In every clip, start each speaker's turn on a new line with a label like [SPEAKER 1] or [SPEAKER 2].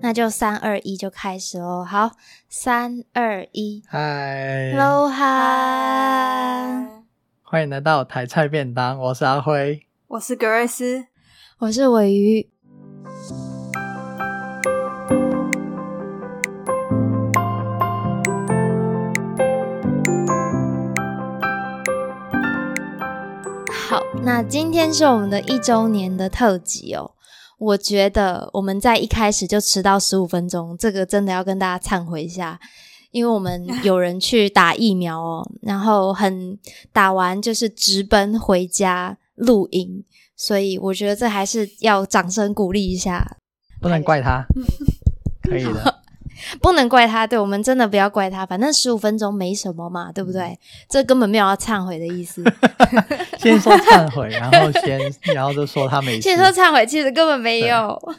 [SPEAKER 1] 那就三二一就开始哦。好，三二一
[SPEAKER 2] 嗨，
[SPEAKER 1] ，Hello 哈，
[SPEAKER 2] 欢迎来到台菜便当，我是阿辉。
[SPEAKER 3] 我是格瑞斯。
[SPEAKER 1] 我是尾鱼。好，那今天是我们的一周年的特辑哦。我觉得我们在一开始就迟到十五分钟，这个真的要跟大家忏悔一下，因为我们有人去打疫苗哦，然后很打完就是直奔回家录音，所以我觉得这还是要掌声鼓励一下，
[SPEAKER 2] 不能怪他，
[SPEAKER 1] 哎
[SPEAKER 2] 可以 的。
[SPEAKER 1] 不能怪他，对我们真的不要怪他，反正十五分钟没什么嘛，对不对？这根本没有要忏悔的意思。
[SPEAKER 2] 先说忏悔，然后先，然后就说他没 事
[SPEAKER 1] 先。说忏悔， 其实根本没有。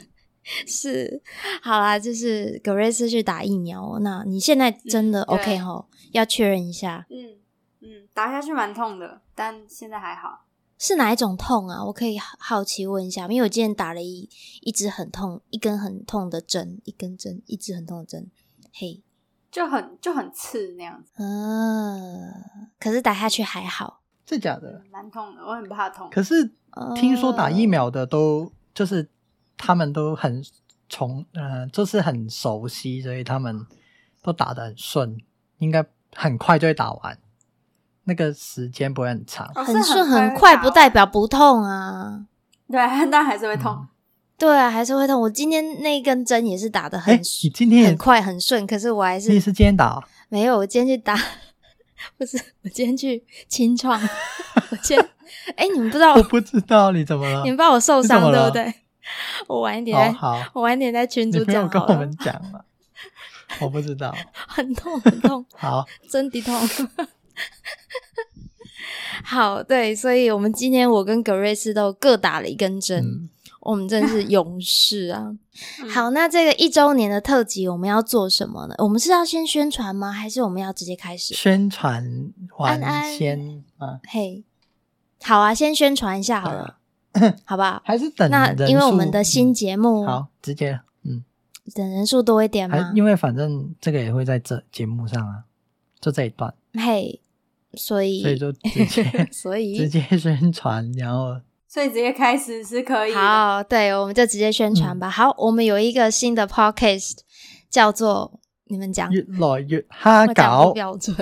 [SPEAKER 1] 是，好啦，就是格瑞斯去打疫苗哦，那你现在真的
[SPEAKER 3] 嗯对
[SPEAKER 1] OK 吼？要确认一下
[SPEAKER 3] 嗯嗯，打下去蛮痛的，但现在还好。
[SPEAKER 1] 是哪一种痛啊？我可以好好奇问一下，因为我之前打了一一支很痛、一根很痛的针，一根针，一支很痛的针，嘿，
[SPEAKER 3] 就很就很刺那样子，
[SPEAKER 1] 嗯、可是打下去还好。
[SPEAKER 2] 是假的。
[SPEAKER 3] 蛮痛的，我很怕痛。
[SPEAKER 2] 可是
[SPEAKER 1] 呃
[SPEAKER 2] 听说打疫苗的都就是他们都很从呃，就是很熟悉，所以他们都打得很顺，应该很快就会打完，那个时间不会很长。
[SPEAKER 3] 哦
[SPEAKER 1] 很
[SPEAKER 3] 是
[SPEAKER 1] 顺很快，
[SPEAKER 3] 快打
[SPEAKER 1] 不代表不痛啊。
[SPEAKER 3] 对， 但还是会痛
[SPEAKER 2] 嗯。
[SPEAKER 1] 对啊，还是会痛。我今天那一根针也是打的很
[SPEAKER 2] 哎，你今天也
[SPEAKER 1] 很快很顺，可是我还
[SPEAKER 2] 你
[SPEAKER 1] 是
[SPEAKER 2] 是今天打啊？
[SPEAKER 1] 没有。我今天去打， 不是我今天去清创，我今天哎、你们不知道
[SPEAKER 2] 我
[SPEAKER 1] 我，
[SPEAKER 2] 不知道你怎么了
[SPEAKER 1] 你。们不知道我受
[SPEAKER 2] 你
[SPEAKER 1] 伤
[SPEAKER 2] 怎么
[SPEAKER 1] 对
[SPEAKER 2] 了
[SPEAKER 1] 不对？我晚一点
[SPEAKER 2] 哦，
[SPEAKER 1] 再，
[SPEAKER 2] 好。
[SPEAKER 1] 我晚一点在群
[SPEAKER 2] 你
[SPEAKER 1] 主
[SPEAKER 2] 没有
[SPEAKER 1] 讲
[SPEAKER 2] 跟
[SPEAKER 1] 好
[SPEAKER 2] 我
[SPEAKER 1] 了
[SPEAKER 2] 们，讲嘛？我不知道。
[SPEAKER 1] 很痛很痛。
[SPEAKER 2] 好，
[SPEAKER 1] 真的痛。好，对，所以我们今天我跟格瑞斯都各打了一根针，
[SPEAKER 2] 嗯
[SPEAKER 1] 我们真是勇士啊！
[SPEAKER 3] 嗯
[SPEAKER 1] 好，那这个一周年的特辑我们要做什么呢？我们是要先宣传吗？还是我们要直接开始？
[SPEAKER 2] 宣传
[SPEAKER 1] 安
[SPEAKER 2] 完
[SPEAKER 1] 安
[SPEAKER 2] 先啊，
[SPEAKER 1] 嘿、好啊，先宣传一下好
[SPEAKER 2] 对
[SPEAKER 1] 了
[SPEAKER 2] 啊，
[SPEAKER 1] 好不好？
[SPEAKER 2] 还是等
[SPEAKER 1] 那
[SPEAKER 2] 人
[SPEAKER 1] 因为我
[SPEAKER 2] 数嗯
[SPEAKER 1] 们的新节目，
[SPEAKER 2] 好直接嗯，
[SPEAKER 1] 等人数多一点
[SPEAKER 2] 还
[SPEAKER 1] 嘛，
[SPEAKER 2] 因为反正这个也会在这节目上啊，就这一段，
[SPEAKER 1] 嘿，所以
[SPEAKER 2] 所以就直 接
[SPEAKER 1] 所
[SPEAKER 2] 直
[SPEAKER 1] 以
[SPEAKER 2] 接宣传，然
[SPEAKER 1] 啊
[SPEAKER 2] 后
[SPEAKER 3] 所以直接开始是可以的。
[SPEAKER 1] 好，对，我们就直接宣传
[SPEAKER 2] 嗯
[SPEAKER 1] 吧。好，我们有一个新的 podcast 叫做你们讲，
[SPEAKER 2] 越来越哈
[SPEAKER 1] 我讲不
[SPEAKER 2] 搞，
[SPEAKER 1] 标 准，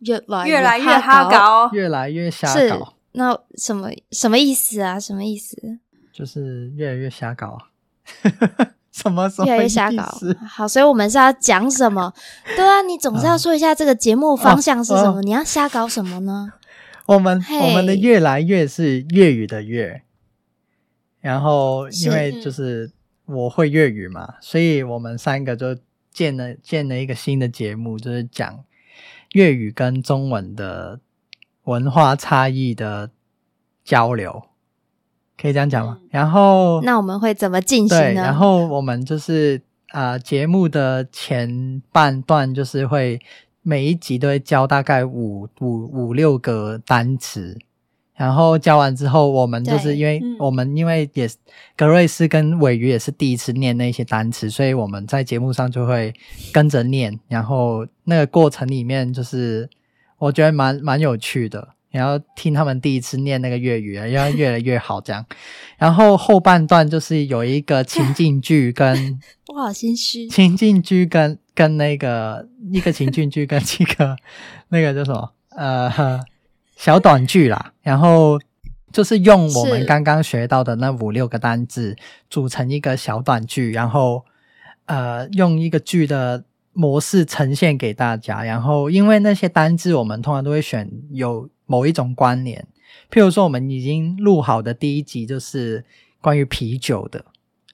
[SPEAKER 1] 越来
[SPEAKER 3] 越来越
[SPEAKER 1] 哈
[SPEAKER 3] 哈
[SPEAKER 1] 搞。
[SPEAKER 3] 搞，
[SPEAKER 2] 越来越瞎
[SPEAKER 1] 是
[SPEAKER 2] 搞，
[SPEAKER 1] 那什么什么意思啊？什么意思？
[SPEAKER 2] 就是越来越瞎搞啊， 什么什么
[SPEAKER 1] 越来越瞎搞
[SPEAKER 2] 意思。
[SPEAKER 1] 好，所以我们是要讲什 么？对啊，你总是要说一下这个节目方向是什么？
[SPEAKER 2] 哦
[SPEAKER 1] 你要瞎搞什么呢？
[SPEAKER 2] 我们我们的
[SPEAKER 1] 嘿
[SPEAKER 2] 越来越是粤语的粤，然后
[SPEAKER 1] 是嗯
[SPEAKER 2] 因为就是我会粤语嘛，所以我们三个就建了建了一个新的节目，就是讲粤语跟中文的文化差异的交流，可以这样讲吗？
[SPEAKER 3] 嗯
[SPEAKER 2] 然后
[SPEAKER 1] 那我们会怎么进行
[SPEAKER 2] 哦对，
[SPEAKER 1] 呢？
[SPEAKER 2] 然后我们就是啊、呃节目的前半段就是会每一集都会教大概五五五六个单词，然后教完之后，我们就是
[SPEAKER 1] 对
[SPEAKER 2] 因为、
[SPEAKER 3] 嗯
[SPEAKER 2] 我们因为也是格瑞斯跟尾鱼也是第一次念那些单词，所以我们在节目上就会跟着念，然后那个过程里面就是我觉得蛮蛮有趣的。然后听他们第一次念那个粤语，啊然后越来越好这样。然后后半段就是有一个情境剧跟
[SPEAKER 1] 我好心虚
[SPEAKER 2] 情境剧跟跟那个一个情境剧跟一个那个叫什么呃小短剧啦，然后就是用我
[SPEAKER 1] 是
[SPEAKER 2] 们刚刚学到的那五六个单字组成一个小短剧，然后呃用一个剧的模式呈现给大家，然后因为那些单字我们通常都会选有某一种关联，譬如说我们已经录好的第一集就是关于啤酒的。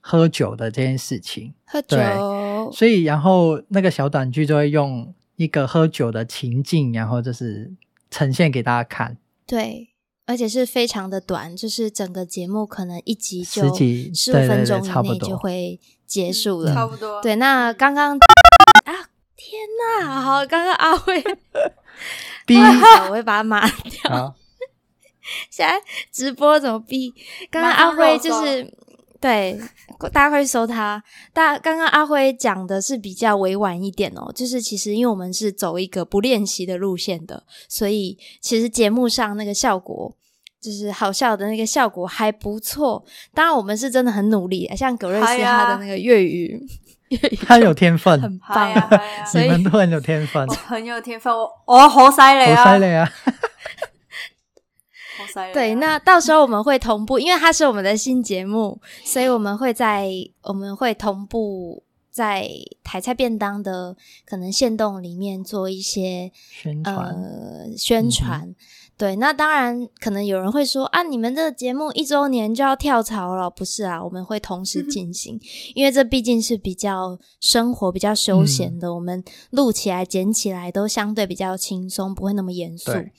[SPEAKER 2] 喝酒的这件事情，
[SPEAKER 1] 喝酒
[SPEAKER 2] 对
[SPEAKER 1] 哦
[SPEAKER 2] 所以，然后那个小短剧就会用一个喝酒的情境，然后就是呈现给大家看，
[SPEAKER 1] 对，而且是非常的短，就是整个节目可能一集就
[SPEAKER 2] 十几
[SPEAKER 1] 十五
[SPEAKER 2] 对对
[SPEAKER 1] 分
[SPEAKER 2] 对
[SPEAKER 1] 钟
[SPEAKER 2] 差
[SPEAKER 1] 以
[SPEAKER 2] 不
[SPEAKER 1] 内就
[SPEAKER 2] 多。
[SPEAKER 1] 会结
[SPEAKER 3] 嗯
[SPEAKER 1] 束了。
[SPEAKER 3] 差不多。
[SPEAKER 1] 对，那刚刚啊，天哪，好，刚刚阿 辉，
[SPEAKER 2] 第一，
[SPEAKER 1] 我会把它码。
[SPEAKER 2] 好，
[SPEAKER 1] 现在直播怎么逼？刚刚
[SPEAKER 3] 马上
[SPEAKER 1] 阿辉
[SPEAKER 3] 肉
[SPEAKER 1] 就是对， 大家快去搜他。大刚刚阿辉讲的是比较委婉一点哦，就是其实因为我们是走一个不练习的路线的，所以其实节目上那个效果。就是好笑的那个效果还不错，当然我们是真的很努力，像葛瑞斯
[SPEAKER 3] 哎呀
[SPEAKER 1] 他的那个粤语，粤语
[SPEAKER 2] 他有天分，
[SPEAKER 1] 很
[SPEAKER 3] 嗨
[SPEAKER 1] 棒，
[SPEAKER 3] 呀嗨呀，
[SPEAKER 1] 所以哦
[SPEAKER 2] 你们都很有天分
[SPEAKER 3] 我，很有天分，我我好犀利啊，
[SPEAKER 2] 好犀利啊！
[SPEAKER 3] 好犀利啊。
[SPEAKER 1] 对，那到时候我们会同步，因为它是我们的新节目，所以我们会在我们会同步在台菜便当的可能线动里面做一些
[SPEAKER 2] 宣传，嗯
[SPEAKER 1] 呃宣传。对，那当然可能有人会说啊，你们这个节目一周年就要跳槽了，不是啊？我们会同
[SPEAKER 2] 嗯
[SPEAKER 1] 时进行，因为这毕竟是比较生活、比较休
[SPEAKER 2] 嗯
[SPEAKER 1] 闲的，我们录起来、剪起来都相对比较轻松，不会那么严肃。
[SPEAKER 2] 对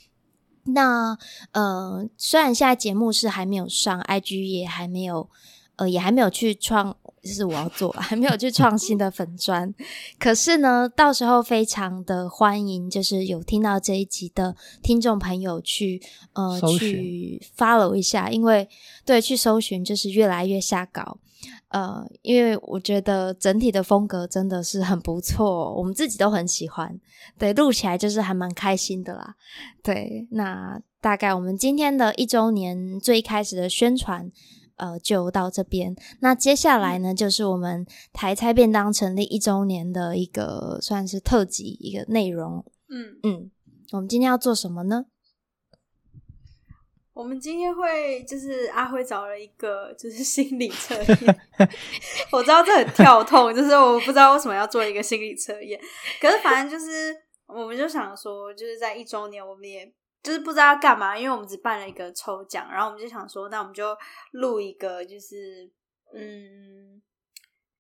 [SPEAKER 1] 那呃，虽然现在节目是还没有上，IG 也还没有，呃，也还没有去创，就是我要做了，还没有去创新的粉砖。可是呢，到时候非常的欢迎，就是有听到这一集的听众朋友去呃
[SPEAKER 2] 搜寻
[SPEAKER 1] 去 follow 一下，因为对去搜寻就是越来越下稿。呃，因为我觉得整体的风格真的是很不错哦、我们自己都很喜欢，对，录起来就是还蛮开心的啦。对，那大概我们今天的一周年最一开始的宣传，呃，就到这边。那接下
[SPEAKER 3] 嗯
[SPEAKER 1] 来呢，就是我们台菜便当成立一周年的一个算是特辑一个内容。
[SPEAKER 3] 嗯，
[SPEAKER 1] 嗯，我们今天要做什么 呢？
[SPEAKER 3] 我们今天会就是阿辉找了一个就是 心理测验，我知道这很跳痛，就是我不知道为什么要做一个心理测验，可是反正就是我们就想说，就是在一周年，我们也就是不知道要干嘛，因为我们只办了一个抽奖，然后我们就想说，那我们就录一个就是嗯，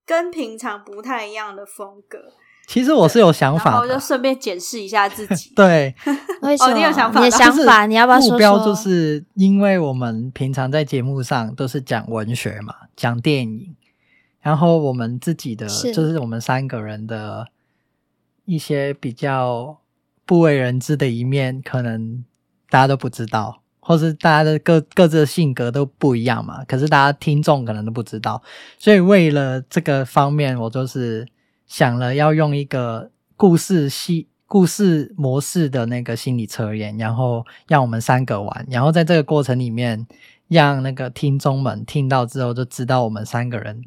[SPEAKER 3] 跟平常不太一样的风格，
[SPEAKER 2] 其实我是有想
[SPEAKER 3] 然
[SPEAKER 2] 法
[SPEAKER 3] 后就
[SPEAKER 2] 的，。
[SPEAKER 3] 顺便检视一下自己
[SPEAKER 2] 对，
[SPEAKER 1] 为什么？
[SPEAKER 3] 哦你有想法
[SPEAKER 1] 你的
[SPEAKER 3] 的
[SPEAKER 1] 想
[SPEAKER 2] 就是
[SPEAKER 1] 法，你要不要说说？
[SPEAKER 2] 目标就是因为我们平常在节目上都是讲文学嘛，讲电影，然后我们自己的
[SPEAKER 1] 是
[SPEAKER 2] 就是我们三个人的一些比较不为人知的一面，可能大家都不知道，或是大家的各各自的性格都不一样嘛。可是大家听众可能都不知道，所以为了这个方面，我就是想了要用一个故事系故事模式的那个心理测验，然后让我们三个玩，然后在这个过程里面，让那个听众们听到之后就知道我们三个人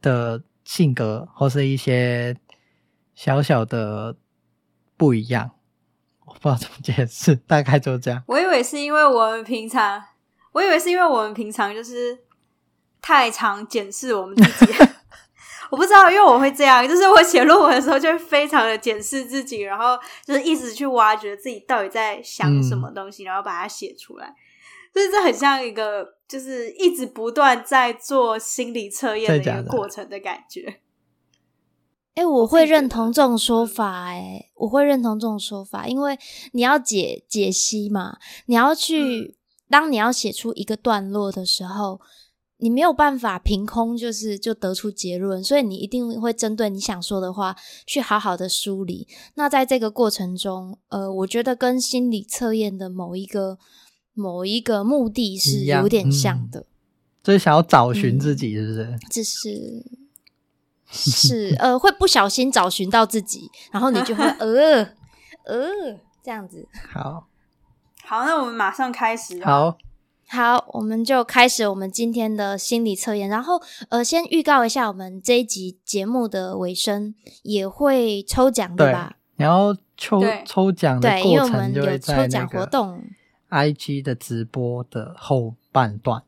[SPEAKER 2] 的性格或是一些小小的不一样。我不知道怎么解释，大概就这样。
[SPEAKER 3] 我以为是因为我们平常，我以为是因为我们平常就是太常检视我们自己。 我不知道，因为我会这样，就是我写论文的时候就会非常的检视自己，然后就是一直去挖掘自己到底在想
[SPEAKER 2] 嗯
[SPEAKER 3] 什么东西，然后把它写出来。就是这很像一个，就是一直不断在做心理测验的
[SPEAKER 2] 真的
[SPEAKER 3] 一
[SPEAKER 2] 假
[SPEAKER 3] 个
[SPEAKER 2] 的
[SPEAKER 3] 过程的感觉。
[SPEAKER 1] 哎、我会认同这种说法、哎，我会认同这种说法，因为你要解解析嘛，你
[SPEAKER 2] 嗯
[SPEAKER 1] 要去，当你要写出一个段落的时候，你没有办法凭空就是就得出结论，所以你一定会针对你想说的话去好好的梳理。那在这个过程中，呃，我觉得跟心理测验的某一个某一个目的是
[SPEAKER 2] 一样
[SPEAKER 1] 有点像
[SPEAKER 2] 嗯
[SPEAKER 1] 的，
[SPEAKER 2] 就是想要找寻自己，是不是？
[SPEAKER 1] 就是是呃，会不小心找寻到自己，然后你就会呃呃这样子。
[SPEAKER 2] 好，
[SPEAKER 3] 好，那我们马上开始。，
[SPEAKER 2] 好，
[SPEAKER 1] 好，我们就开始我们今天的心理测验。然后，呃，先预告一下，我们这一集节目的尾声也会抽奖，对
[SPEAKER 2] 对
[SPEAKER 1] 吧？
[SPEAKER 2] 然后抽
[SPEAKER 3] 对
[SPEAKER 2] 抽奖的
[SPEAKER 1] 对，因为
[SPEAKER 2] 过
[SPEAKER 1] 我们
[SPEAKER 2] 程就
[SPEAKER 1] 有
[SPEAKER 2] 会
[SPEAKER 1] 抽
[SPEAKER 2] 在
[SPEAKER 1] 奖
[SPEAKER 2] 那
[SPEAKER 1] 活
[SPEAKER 2] 个
[SPEAKER 1] 动
[SPEAKER 2] IG 的直播的后半段，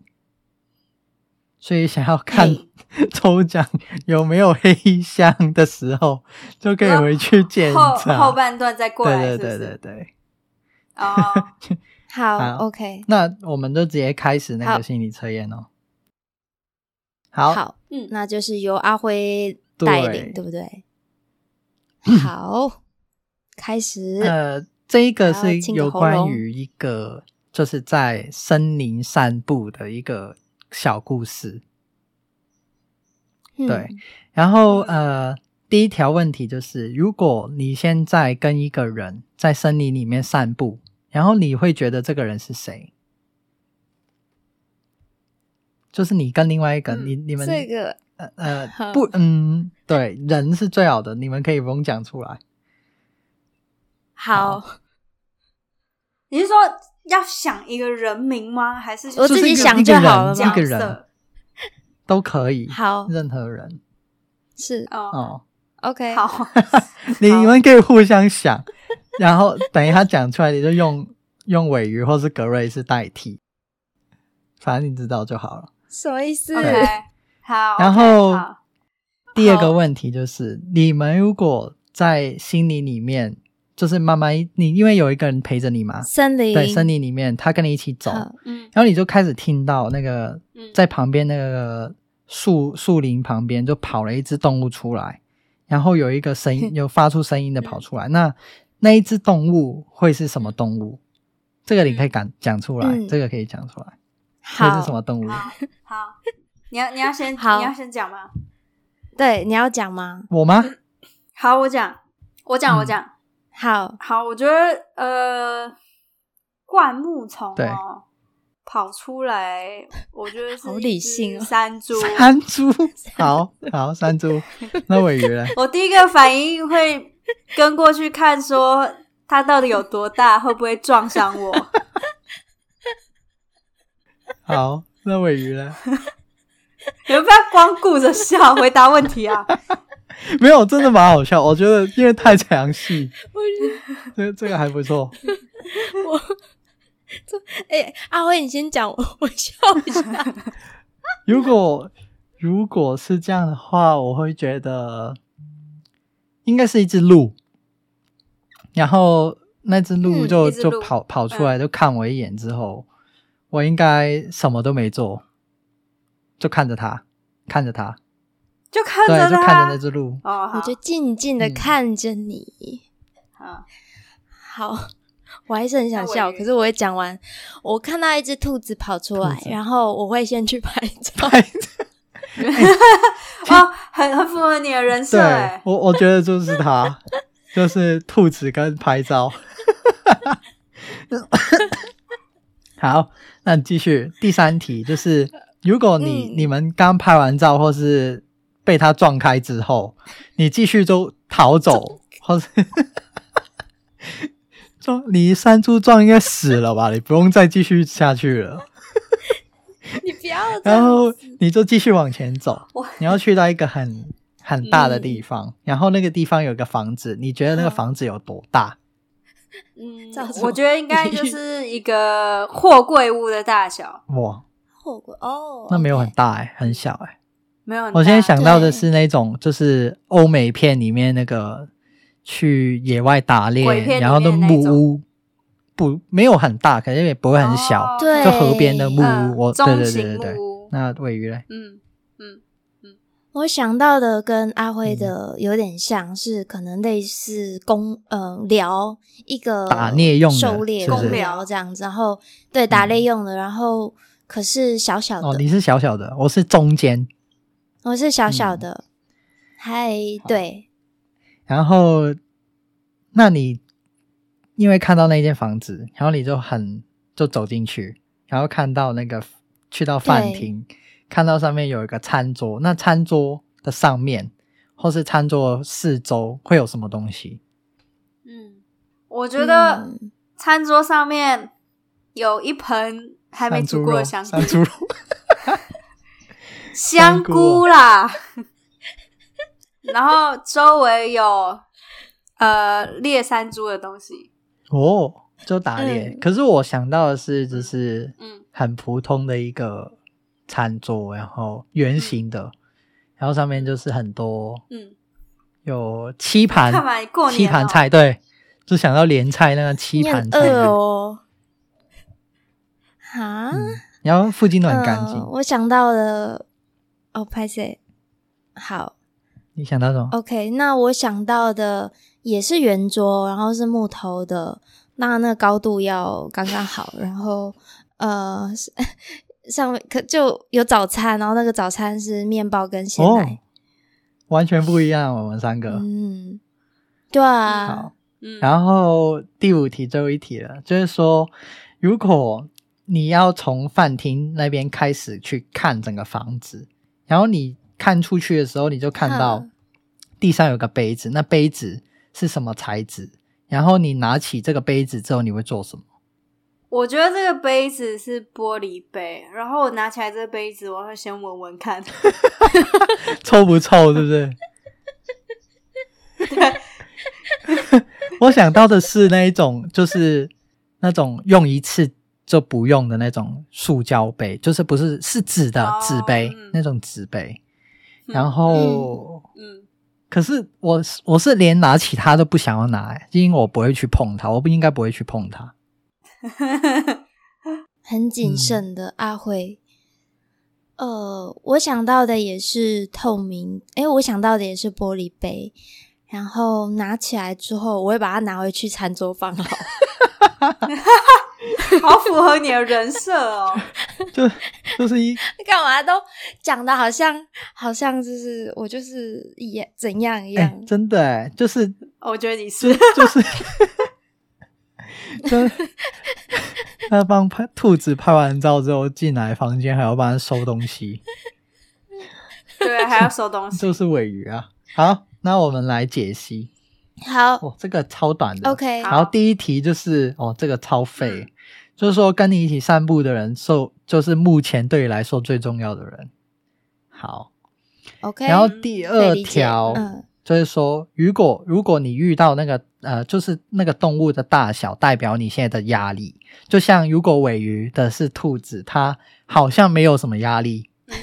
[SPEAKER 2] 所以想要看 抽奖有没有黑箱的时候，就可以
[SPEAKER 3] 啊
[SPEAKER 2] 回去检
[SPEAKER 3] 后
[SPEAKER 2] 查。
[SPEAKER 3] 后半段再过来，
[SPEAKER 2] 对
[SPEAKER 3] 是不
[SPEAKER 2] 对
[SPEAKER 3] 是？
[SPEAKER 2] 对对对。
[SPEAKER 3] 哦，
[SPEAKER 1] 好
[SPEAKER 2] 好
[SPEAKER 1] o k
[SPEAKER 2] 那我们就直接开始那
[SPEAKER 1] 好
[SPEAKER 2] 个心理测验哦。好，
[SPEAKER 3] 嗯，
[SPEAKER 1] 那就是由阿辉
[SPEAKER 2] 对
[SPEAKER 1] 带领，对不对？好，开始。
[SPEAKER 2] 呃，这一个
[SPEAKER 1] 还要
[SPEAKER 2] 是
[SPEAKER 1] 清个
[SPEAKER 2] 有
[SPEAKER 1] 喉
[SPEAKER 2] 关
[SPEAKER 1] 咙
[SPEAKER 2] 于一个就是在森林散步的一个小故事。
[SPEAKER 1] 嗯
[SPEAKER 2] 对，然后呃，第一条问题就是，如果你现在跟一个人在森林里面散步，然后你会觉得这个人是谁？就是你跟另外一个、
[SPEAKER 3] 嗯
[SPEAKER 2] 你你们
[SPEAKER 1] 这个
[SPEAKER 2] 呃呃
[SPEAKER 1] 好
[SPEAKER 2] 不嗯对人是最好的，你们可以不用讲出来。
[SPEAKER 1] 好，
[SPEAKER 3] 你是说要想一个人名吗？还是
[SPEAKER 1] 我
[SPEAKER 3] 就
[SPEAKER 1] 自己
[SPEAKER 2] 就是
[SPEAKER 3] 是一个
[SPEAKER 2] 一
[SPEAKER 1] 想
[SPEAKER 2] 个
[SPEAKER 1] 就好了
[SPEAKER 2] 一
[SPEAKER 1] 嘛
[SPEAKER 2] 个
[SPEAKER 3] 角
[SPEAKER 2] 人一个人
[SPEAKER 3] 色？
[SPEAKER 2] 都可以，
[SPEAKER 1] 好
[SPEAKER 2] 任何人
[SPEAKER 1] 是
[SPEAKER 3] 哦，
[SPEAKER 2] 哦。
[SPEAKER 1] OK，
[SPEAKER 3] 好，
[SPEAKER 2] 你你们可以互相 想，然后等一下讲出来，你就用用尾鱼或是格瑞斯代替，反正你知道就好了。
[SPEAKER 1] 什么意思？
[SPEAKER 3] OK，好。
[SPEAKER 2] 然后
[SPEAKER 3] OK，好
[SPEAKER 2] 第二个问题就是，你们如果在心理里面，就是慢慢你因为有一个人陪着你嘛，
[SPEAKER 1] 森林，
[SPEAKER 2] 对，森林里面他跟你一起走，
[SPEAKER 1] 好
[SPEAKER 3] 嗯
[SPEAKER 2] 然后你就开始听到那个
[SPEAKER 3] 嗯，
[SPEAKER 2] 在旁边那个树树林旁边就跑了一只动物出来，然后有一个声音有发出声音的跑出来，那那一只动物会是什么动物？这个你可以讲讲出来，
[SPEAKER 1] 嗯
[SPEAKER 2] 这个可以讲出来，会
[SPEAKER 1] 好
[SPEAKER 2] 是什么动物？
[SPEAKER 3] 好好，你要你要先你
[SPEAKER 1] 好
[SPEAKER 3] 要先讲吗？
[SPEAKER 1] 对，你要讲吗？
[SPEAKER 2] 我吗？
[SPEAKER 3] 好，我讲，我讲，
[SPEAKER 2] 嗯
[SPEAKER 3] 我讲。
[SPEAKER 1] 好，
[SPEAKER 3] 好，我觉得呃，灌木丛
[SPEAKER 2] 对
[SPEAKER 3] 哦跑出来，我觉得是
[SPEAKER 1] 好
[SPEAKER 3] 一
[SPEAKER 1] 理
[SPEAKER 3] 只
[SPEAKER 1] 性哦
[SPEAKER 3] 山猪。
[SPEAKER 2] 山猪，好好山猪，那尾鱼嘞？
[SPEAKER 3] 我第一个反应会跟过去看，说它到底有多大，会不会撞上我？
[SPEAKER 2] 好，那尾鱼嘞？
[SPEAKER 3] 你们不要光顾着笑回答问 题啊！
[SPEAKER 2] 没有，真的蛮好笑，我觉得因为太详细，这这个还不错。
[SPEAKER 1] 哎、阿辉，你先讲， 我我笑一下。
[SPEAKER 2] 如果如果是这样的话，我会觉得应该是一只鹿，然后那只鹿
[SPEAKER 1] 嗯
[SPEAKER 2] 就、
[SPEAKER 3] 一只
[SPEAKER 2] 就
[SPEAKER 3] 鹿嗯
[SPEAKER 2] 跑跑出来，就看我一眼之后，我应该什么都没做，就看着它，看着它，
[SPEAKER 3] 就看
[SPEAKER 2] 对，
[SPEAKER 3] 着
[SPEAKER 2] 就
[SPEAKER 3] 它，
[SPEAKER 2] 看着那只鹿。
[SPEAKER 3] 哦，好
[SPEAKER 1] 我就静静的
[SPEAKER 2] 嗯
[SPEAKER 1] 看着你。
[SPEAKER 3] 好
[SPEAKER 1] 好，我还是很想
[SPEAKER 3] 那
[SPEAKER 1] 笑，
[SPEAKER 3] 我也
[SPEAKER 1] 可是我会讲完。我看到一只兔子跑出来
[SPEAKER 2] 兔，子
[SPEAKER 1] 然后我会先去拍照。
[SPEAKER 3] 哦，很很符合你的人设
[SPEAKER 2] 对
[SPEAKER 3] 哎。
[SPEAKER 2] 我，我觉得就是它，就是兔子跟拍照。好，那继续第三题，就是如果你、
[SPEAKER 1] 嗯
[SPEAKER 2] 你们刚拍完照，或是被它撞开之后，你继续就逃走，或是撞你山猪撞应该死了吧？你不用再继续下去了。
[SPEAKER 1] 你不要这
[SPEAKER 2] 然
[SPEAKER 1] 样
[SPEAKER 2] 后你就继续往前走
[SPEAKER 3] 我，
[SPEAKER 2] 你要去到一个很很大的
[SPEAKER 3] 嗯
[SPEAKER 2] 地方，然后那个地方有个房子，你觉得那个房子有多大？
[SPEAKER 3] 嗯
[SPEAKER 1] 造什，么
[SPEAKER 3] 我觉得应该就是一个货柜屋的大小，
[SPEAKER 2] 哇，
[SPEAKER 1] 后果哦，
[SPEAKER 2] 那没有很
[SPEAKER 1] OK
[SPEAKER 2] 大哎、很小哎、
[SPEAKER 3] 没有很大。
[SPEAKER 2] 我现在想到的是那种就是欧美片里面那个去野外打
[SPEAKER 3] 鬼片
[SPEAKER 2] 猎，
[SPEAKER 3] 里面
[SPEAKER 2] 然后的木
[SPEAKER 3] 那种
[SPEAKER 2] 屋，不没有很大，可是也不会很小，
[SPEAKER 3] 哦
[SPEAKER 1] 对
[SPEAKER 2] 就河边的木屋。
[SPEAKER 3] 嗯
[SPEAKER 2] 我对
[SPEAKER 3] 中
[SPEAKER 2] 对对
[SPEAKER 3] 型
[SPEAKER 2] 对对
[SPEAKER 3] 木。屋，
[SPEAKER 2] 那位于嘞，
[SPEAKER 3] 嗯，
[SPEAKER 1] 我想到的跟阿辉
[SPEAKER 2] 嗯
[SPEAKER 1] 的有点像，是可能类似公呃聊一个
[SPEAKER 2] 打猎用的
[SPEAKER 1] 狩猎
[SPEAKER 2] 是嗯
[SPEAKER 3] 不是
[SPEAKER 1] 公聊这样子，然后对打猎用的，然后可是小小
[SPEAKER 2] 哦，
[SPEAKER 1] 的，
[SPEAKER 2] 你是小小的，我是中间，
[SPEAKER 1] 我是小
[SPEAKER 2] 嗯
[SPEAKER 1] 小的，嗨，对，
[SPEAKER 2] 然后，那你因为看到那间房子，然后你就很就走进去，然后看到那个去到饭厅，看到上面有一个餐桌，那餐桌的上面或是餐桌四周会有什么东西？
[SPEAKER 3] 嗯，我觉得
[SPEAKER 1] 嗯
[SPEAKER 3] 餐桌上面有一盆还没
[SPEAKER 2] 山猪
[SPEAKER 3] 煮过
[SPEAKER 2] 肉
[SPEAKER 3] 的香菇
[SPEAKER 2] 山， 猪肉，
[SPEAKER 3] 香
[SPEAKER 2] 香菇
[SPEAKER 3] 菇
[SPEAKER 1] 啊
[SPEAKER 3] 啦， 然后周围有呃猎山猪的东西，
[SPEAKER 2] 哦，就打猎。
[SPEAKER 1] 嗯
[SPEAKER 2] 可是我想到的是，就是
[SPEAKER 3] 嗯
[SPEAKER 2] 很普通的一个餐桌，然后圆形的，然后上面就是很多
[SPEAKER 3] 嗯，
[SPEAKER 2] 有七盘，
[SPEAKER 3] 看来过年
[SPEAKER 2] 七盘菜，对，就想到莲菜那个
[SPEAKER 1] 嗯
[SPEAKER 2] 七
[SPEAKER 1] 你
[SPEAKER 2] 盘
[SPEAKER 1] 很
[SPEAKER 2] 菜，
[SPEAKER 1] 饿哦，哈，
[SPEAKER 2] 嗯，然后附近都很干净。
[SPEAKER 1] 呃我想到了，哦，拍谁？好，
[SPEAKER 2] 你想到什么？
[SPEAKER 1] OK，那我想到的也是圆桌，然后是木头的，那那高度要刚刚好，然后呃，是上面可就有早餐，然后那个早餐是面包跟鲜哦奶，
[SPEAKER 2] 哦完全不一样，我们三个。
[SPEAKER 1] 嗯，对啊，
[SPEAKER 2] 好，
[SPEAKER 3] 嗯，
[SPEAKER 2] 然后第五题最后一题了，就是说，如果你要从饭厅那边开始去看整个房子，然后你看出去的时候，你就看到
[SPEAKER 1] 嗯
[SPEAKER 2] 地上有个杯子，那杯子是什么材质？然后你拿起这个杯子之后，你会做什么？
[SPEAKER 3] 我觉得这个杯子是玻璃杯，然后我拿起来这个杯子，我会先闻闻看，
[SPEAKER 2] 臭不臭？对不对？ 我想到的是那一种，就是 那种用一次就不用的那种塑胶杯，就是不是是纸的
[SPEAKER 3] 哦
[SPEAKER 2] 纸杯、
[SPEAKER 3] 嗯
[SPEAKER 2] 那种纸杯。
[SPEAKER 3] 嗯
[SPEAKER 2] 然后，
[SPEAKER 3] 嗯，
[SPEAKER 2] 可是我是我是连拿起它都不想要拿，因为我不会去碰它，我不应该不会去碰它。
[SPEAKER 1] 很谨
[SPEAKER 2] 嗯
[SPEAKER 1] 慎的阿辉。呃，我想到的也是透明，诶，我想到的也是玻璃杯，然后拿起来之后，我会把它拿回去餐桌放好。
[SPEAKER 3] 好符合你的人设哦。
[SPEAKER 2] 就就是 一
[SPEAKER 1] 干嘛都讲的好像好像就是我就是也怎样一
[SPEAKER 2] 哎、
[SPEAKER 1] 样，
[SPEAKER 2] 真的、哎就是
[SPEAKER 3] 哦我觉得你是，
[SPEAKER 2] 就是真， 他帮拍兔子拍完照之后进来房间，还要帮他收东西，
[SPEAKER 3] 对，还要收东西
[SPEAKER 2] 就。是尾鱼啊。好，那我们来解析
[SPEAKER 1] 好，
[SPEAKER 2] 哦，这个超短的。
[SPEAKER 1] OK 嗯
[SPEAKER 2] 然后第一题就是哦，这个超废，就是说跟你一起散步的人，受就是目前对你来说最重要的人。好，
[SPEAKER 1] ，OK，
[SPEAKER 2] 然后第
[SPEAKER 1] 可
[SPEAKER 2] 二
[SPEAKER 1] 以理解
[SPEAKER 2] 条，
[SPEAKER 1] 嗯，
[SPEAKER 2] 就是说，如果如果你遇到那个呃，就是那个动物的大小，代表你现在的压力。就像如果尾鱼的是兔子，它好像没有什么压力。
[SPEAKER 3] 嗯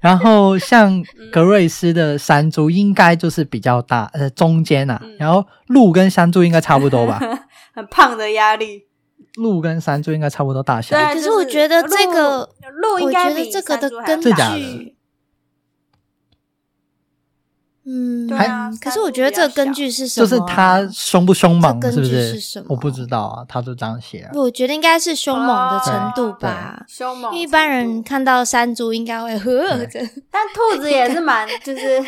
[SPEAKER 2] 然后像格瑞斯的山猪，应该就是比较大，呃，中间啊
[SPEAKER 3] 嗯。
[SPEAKER 2] 然后鹿跟山猪应该差不多吧？
[SPEAKER 3] 嗯很胖的压力。
[SPEAKER 2] 鹿跟山猪应该差不多大小
[SPEAKER 3] 对。，
[SPEAKER 1] 哎
[SPEAKER 3] 啊
[SPEAKER 1] 可是
[SPEAKER 3] 就
[SPEAKER 1] 我觉得这
[SPEAKER 3] 鹿
[SPEAKER 1] 个
[SPEAKER 3] 鹿应
[SPEAKER 1] 我
[SPEAKER 3] 该
[SPEAKER 1] 觉得
[SPEAKER 3] 比
[SPEAKER 1] 这个的
[SPEAKER 3] 山猪还
[SPEAKER 1] 根
[SPEAKER 2] 真假
[SPEAKER 3] 大
[SPEAKER 1] 据，嗯，
[SPEAKER 3] 对啊
[SPEAKER 1] 嗯
[SPEAKER 3] 三
[SPEAKER 1] 可是我
[SPEAKER 3] 度
[SPEAKER 1] 觉得
[SPEAKER 3] 比
[SPEAKER 1] 这
[SPEAKER 3] 较
[SPEAKER 1] 个根
[SPEAKER 3] 小
[SPEAKER 1] 据是什
[SPEAKER 2] 就
[SPEAKER 1] 么啊？
[SPEAKER 2] 是它凶不凶猛，
[SPEAKER 1] 这
[SPEAKER 2] 是不
[SPEAKER 1] 根据
[SPEAKER 2] 是？
[SPEAKER 1] 是什么
[SPEAKER 2] 我不知道啊，它就这样写了。
[SPEAKER 1] 我觉得应该是凶猛的程度
[SPEAKER 3] 哦
[SPEAKER 1] 吧，
[SPEAKER 3] 凶猛
[SPEAKER 1] 因
[SPEAKER 3] 程度，
[SPEAKER 1] 为一般人看到山猪应该会呵 这
[SPEAKER 3] 但兔子也是蛮就是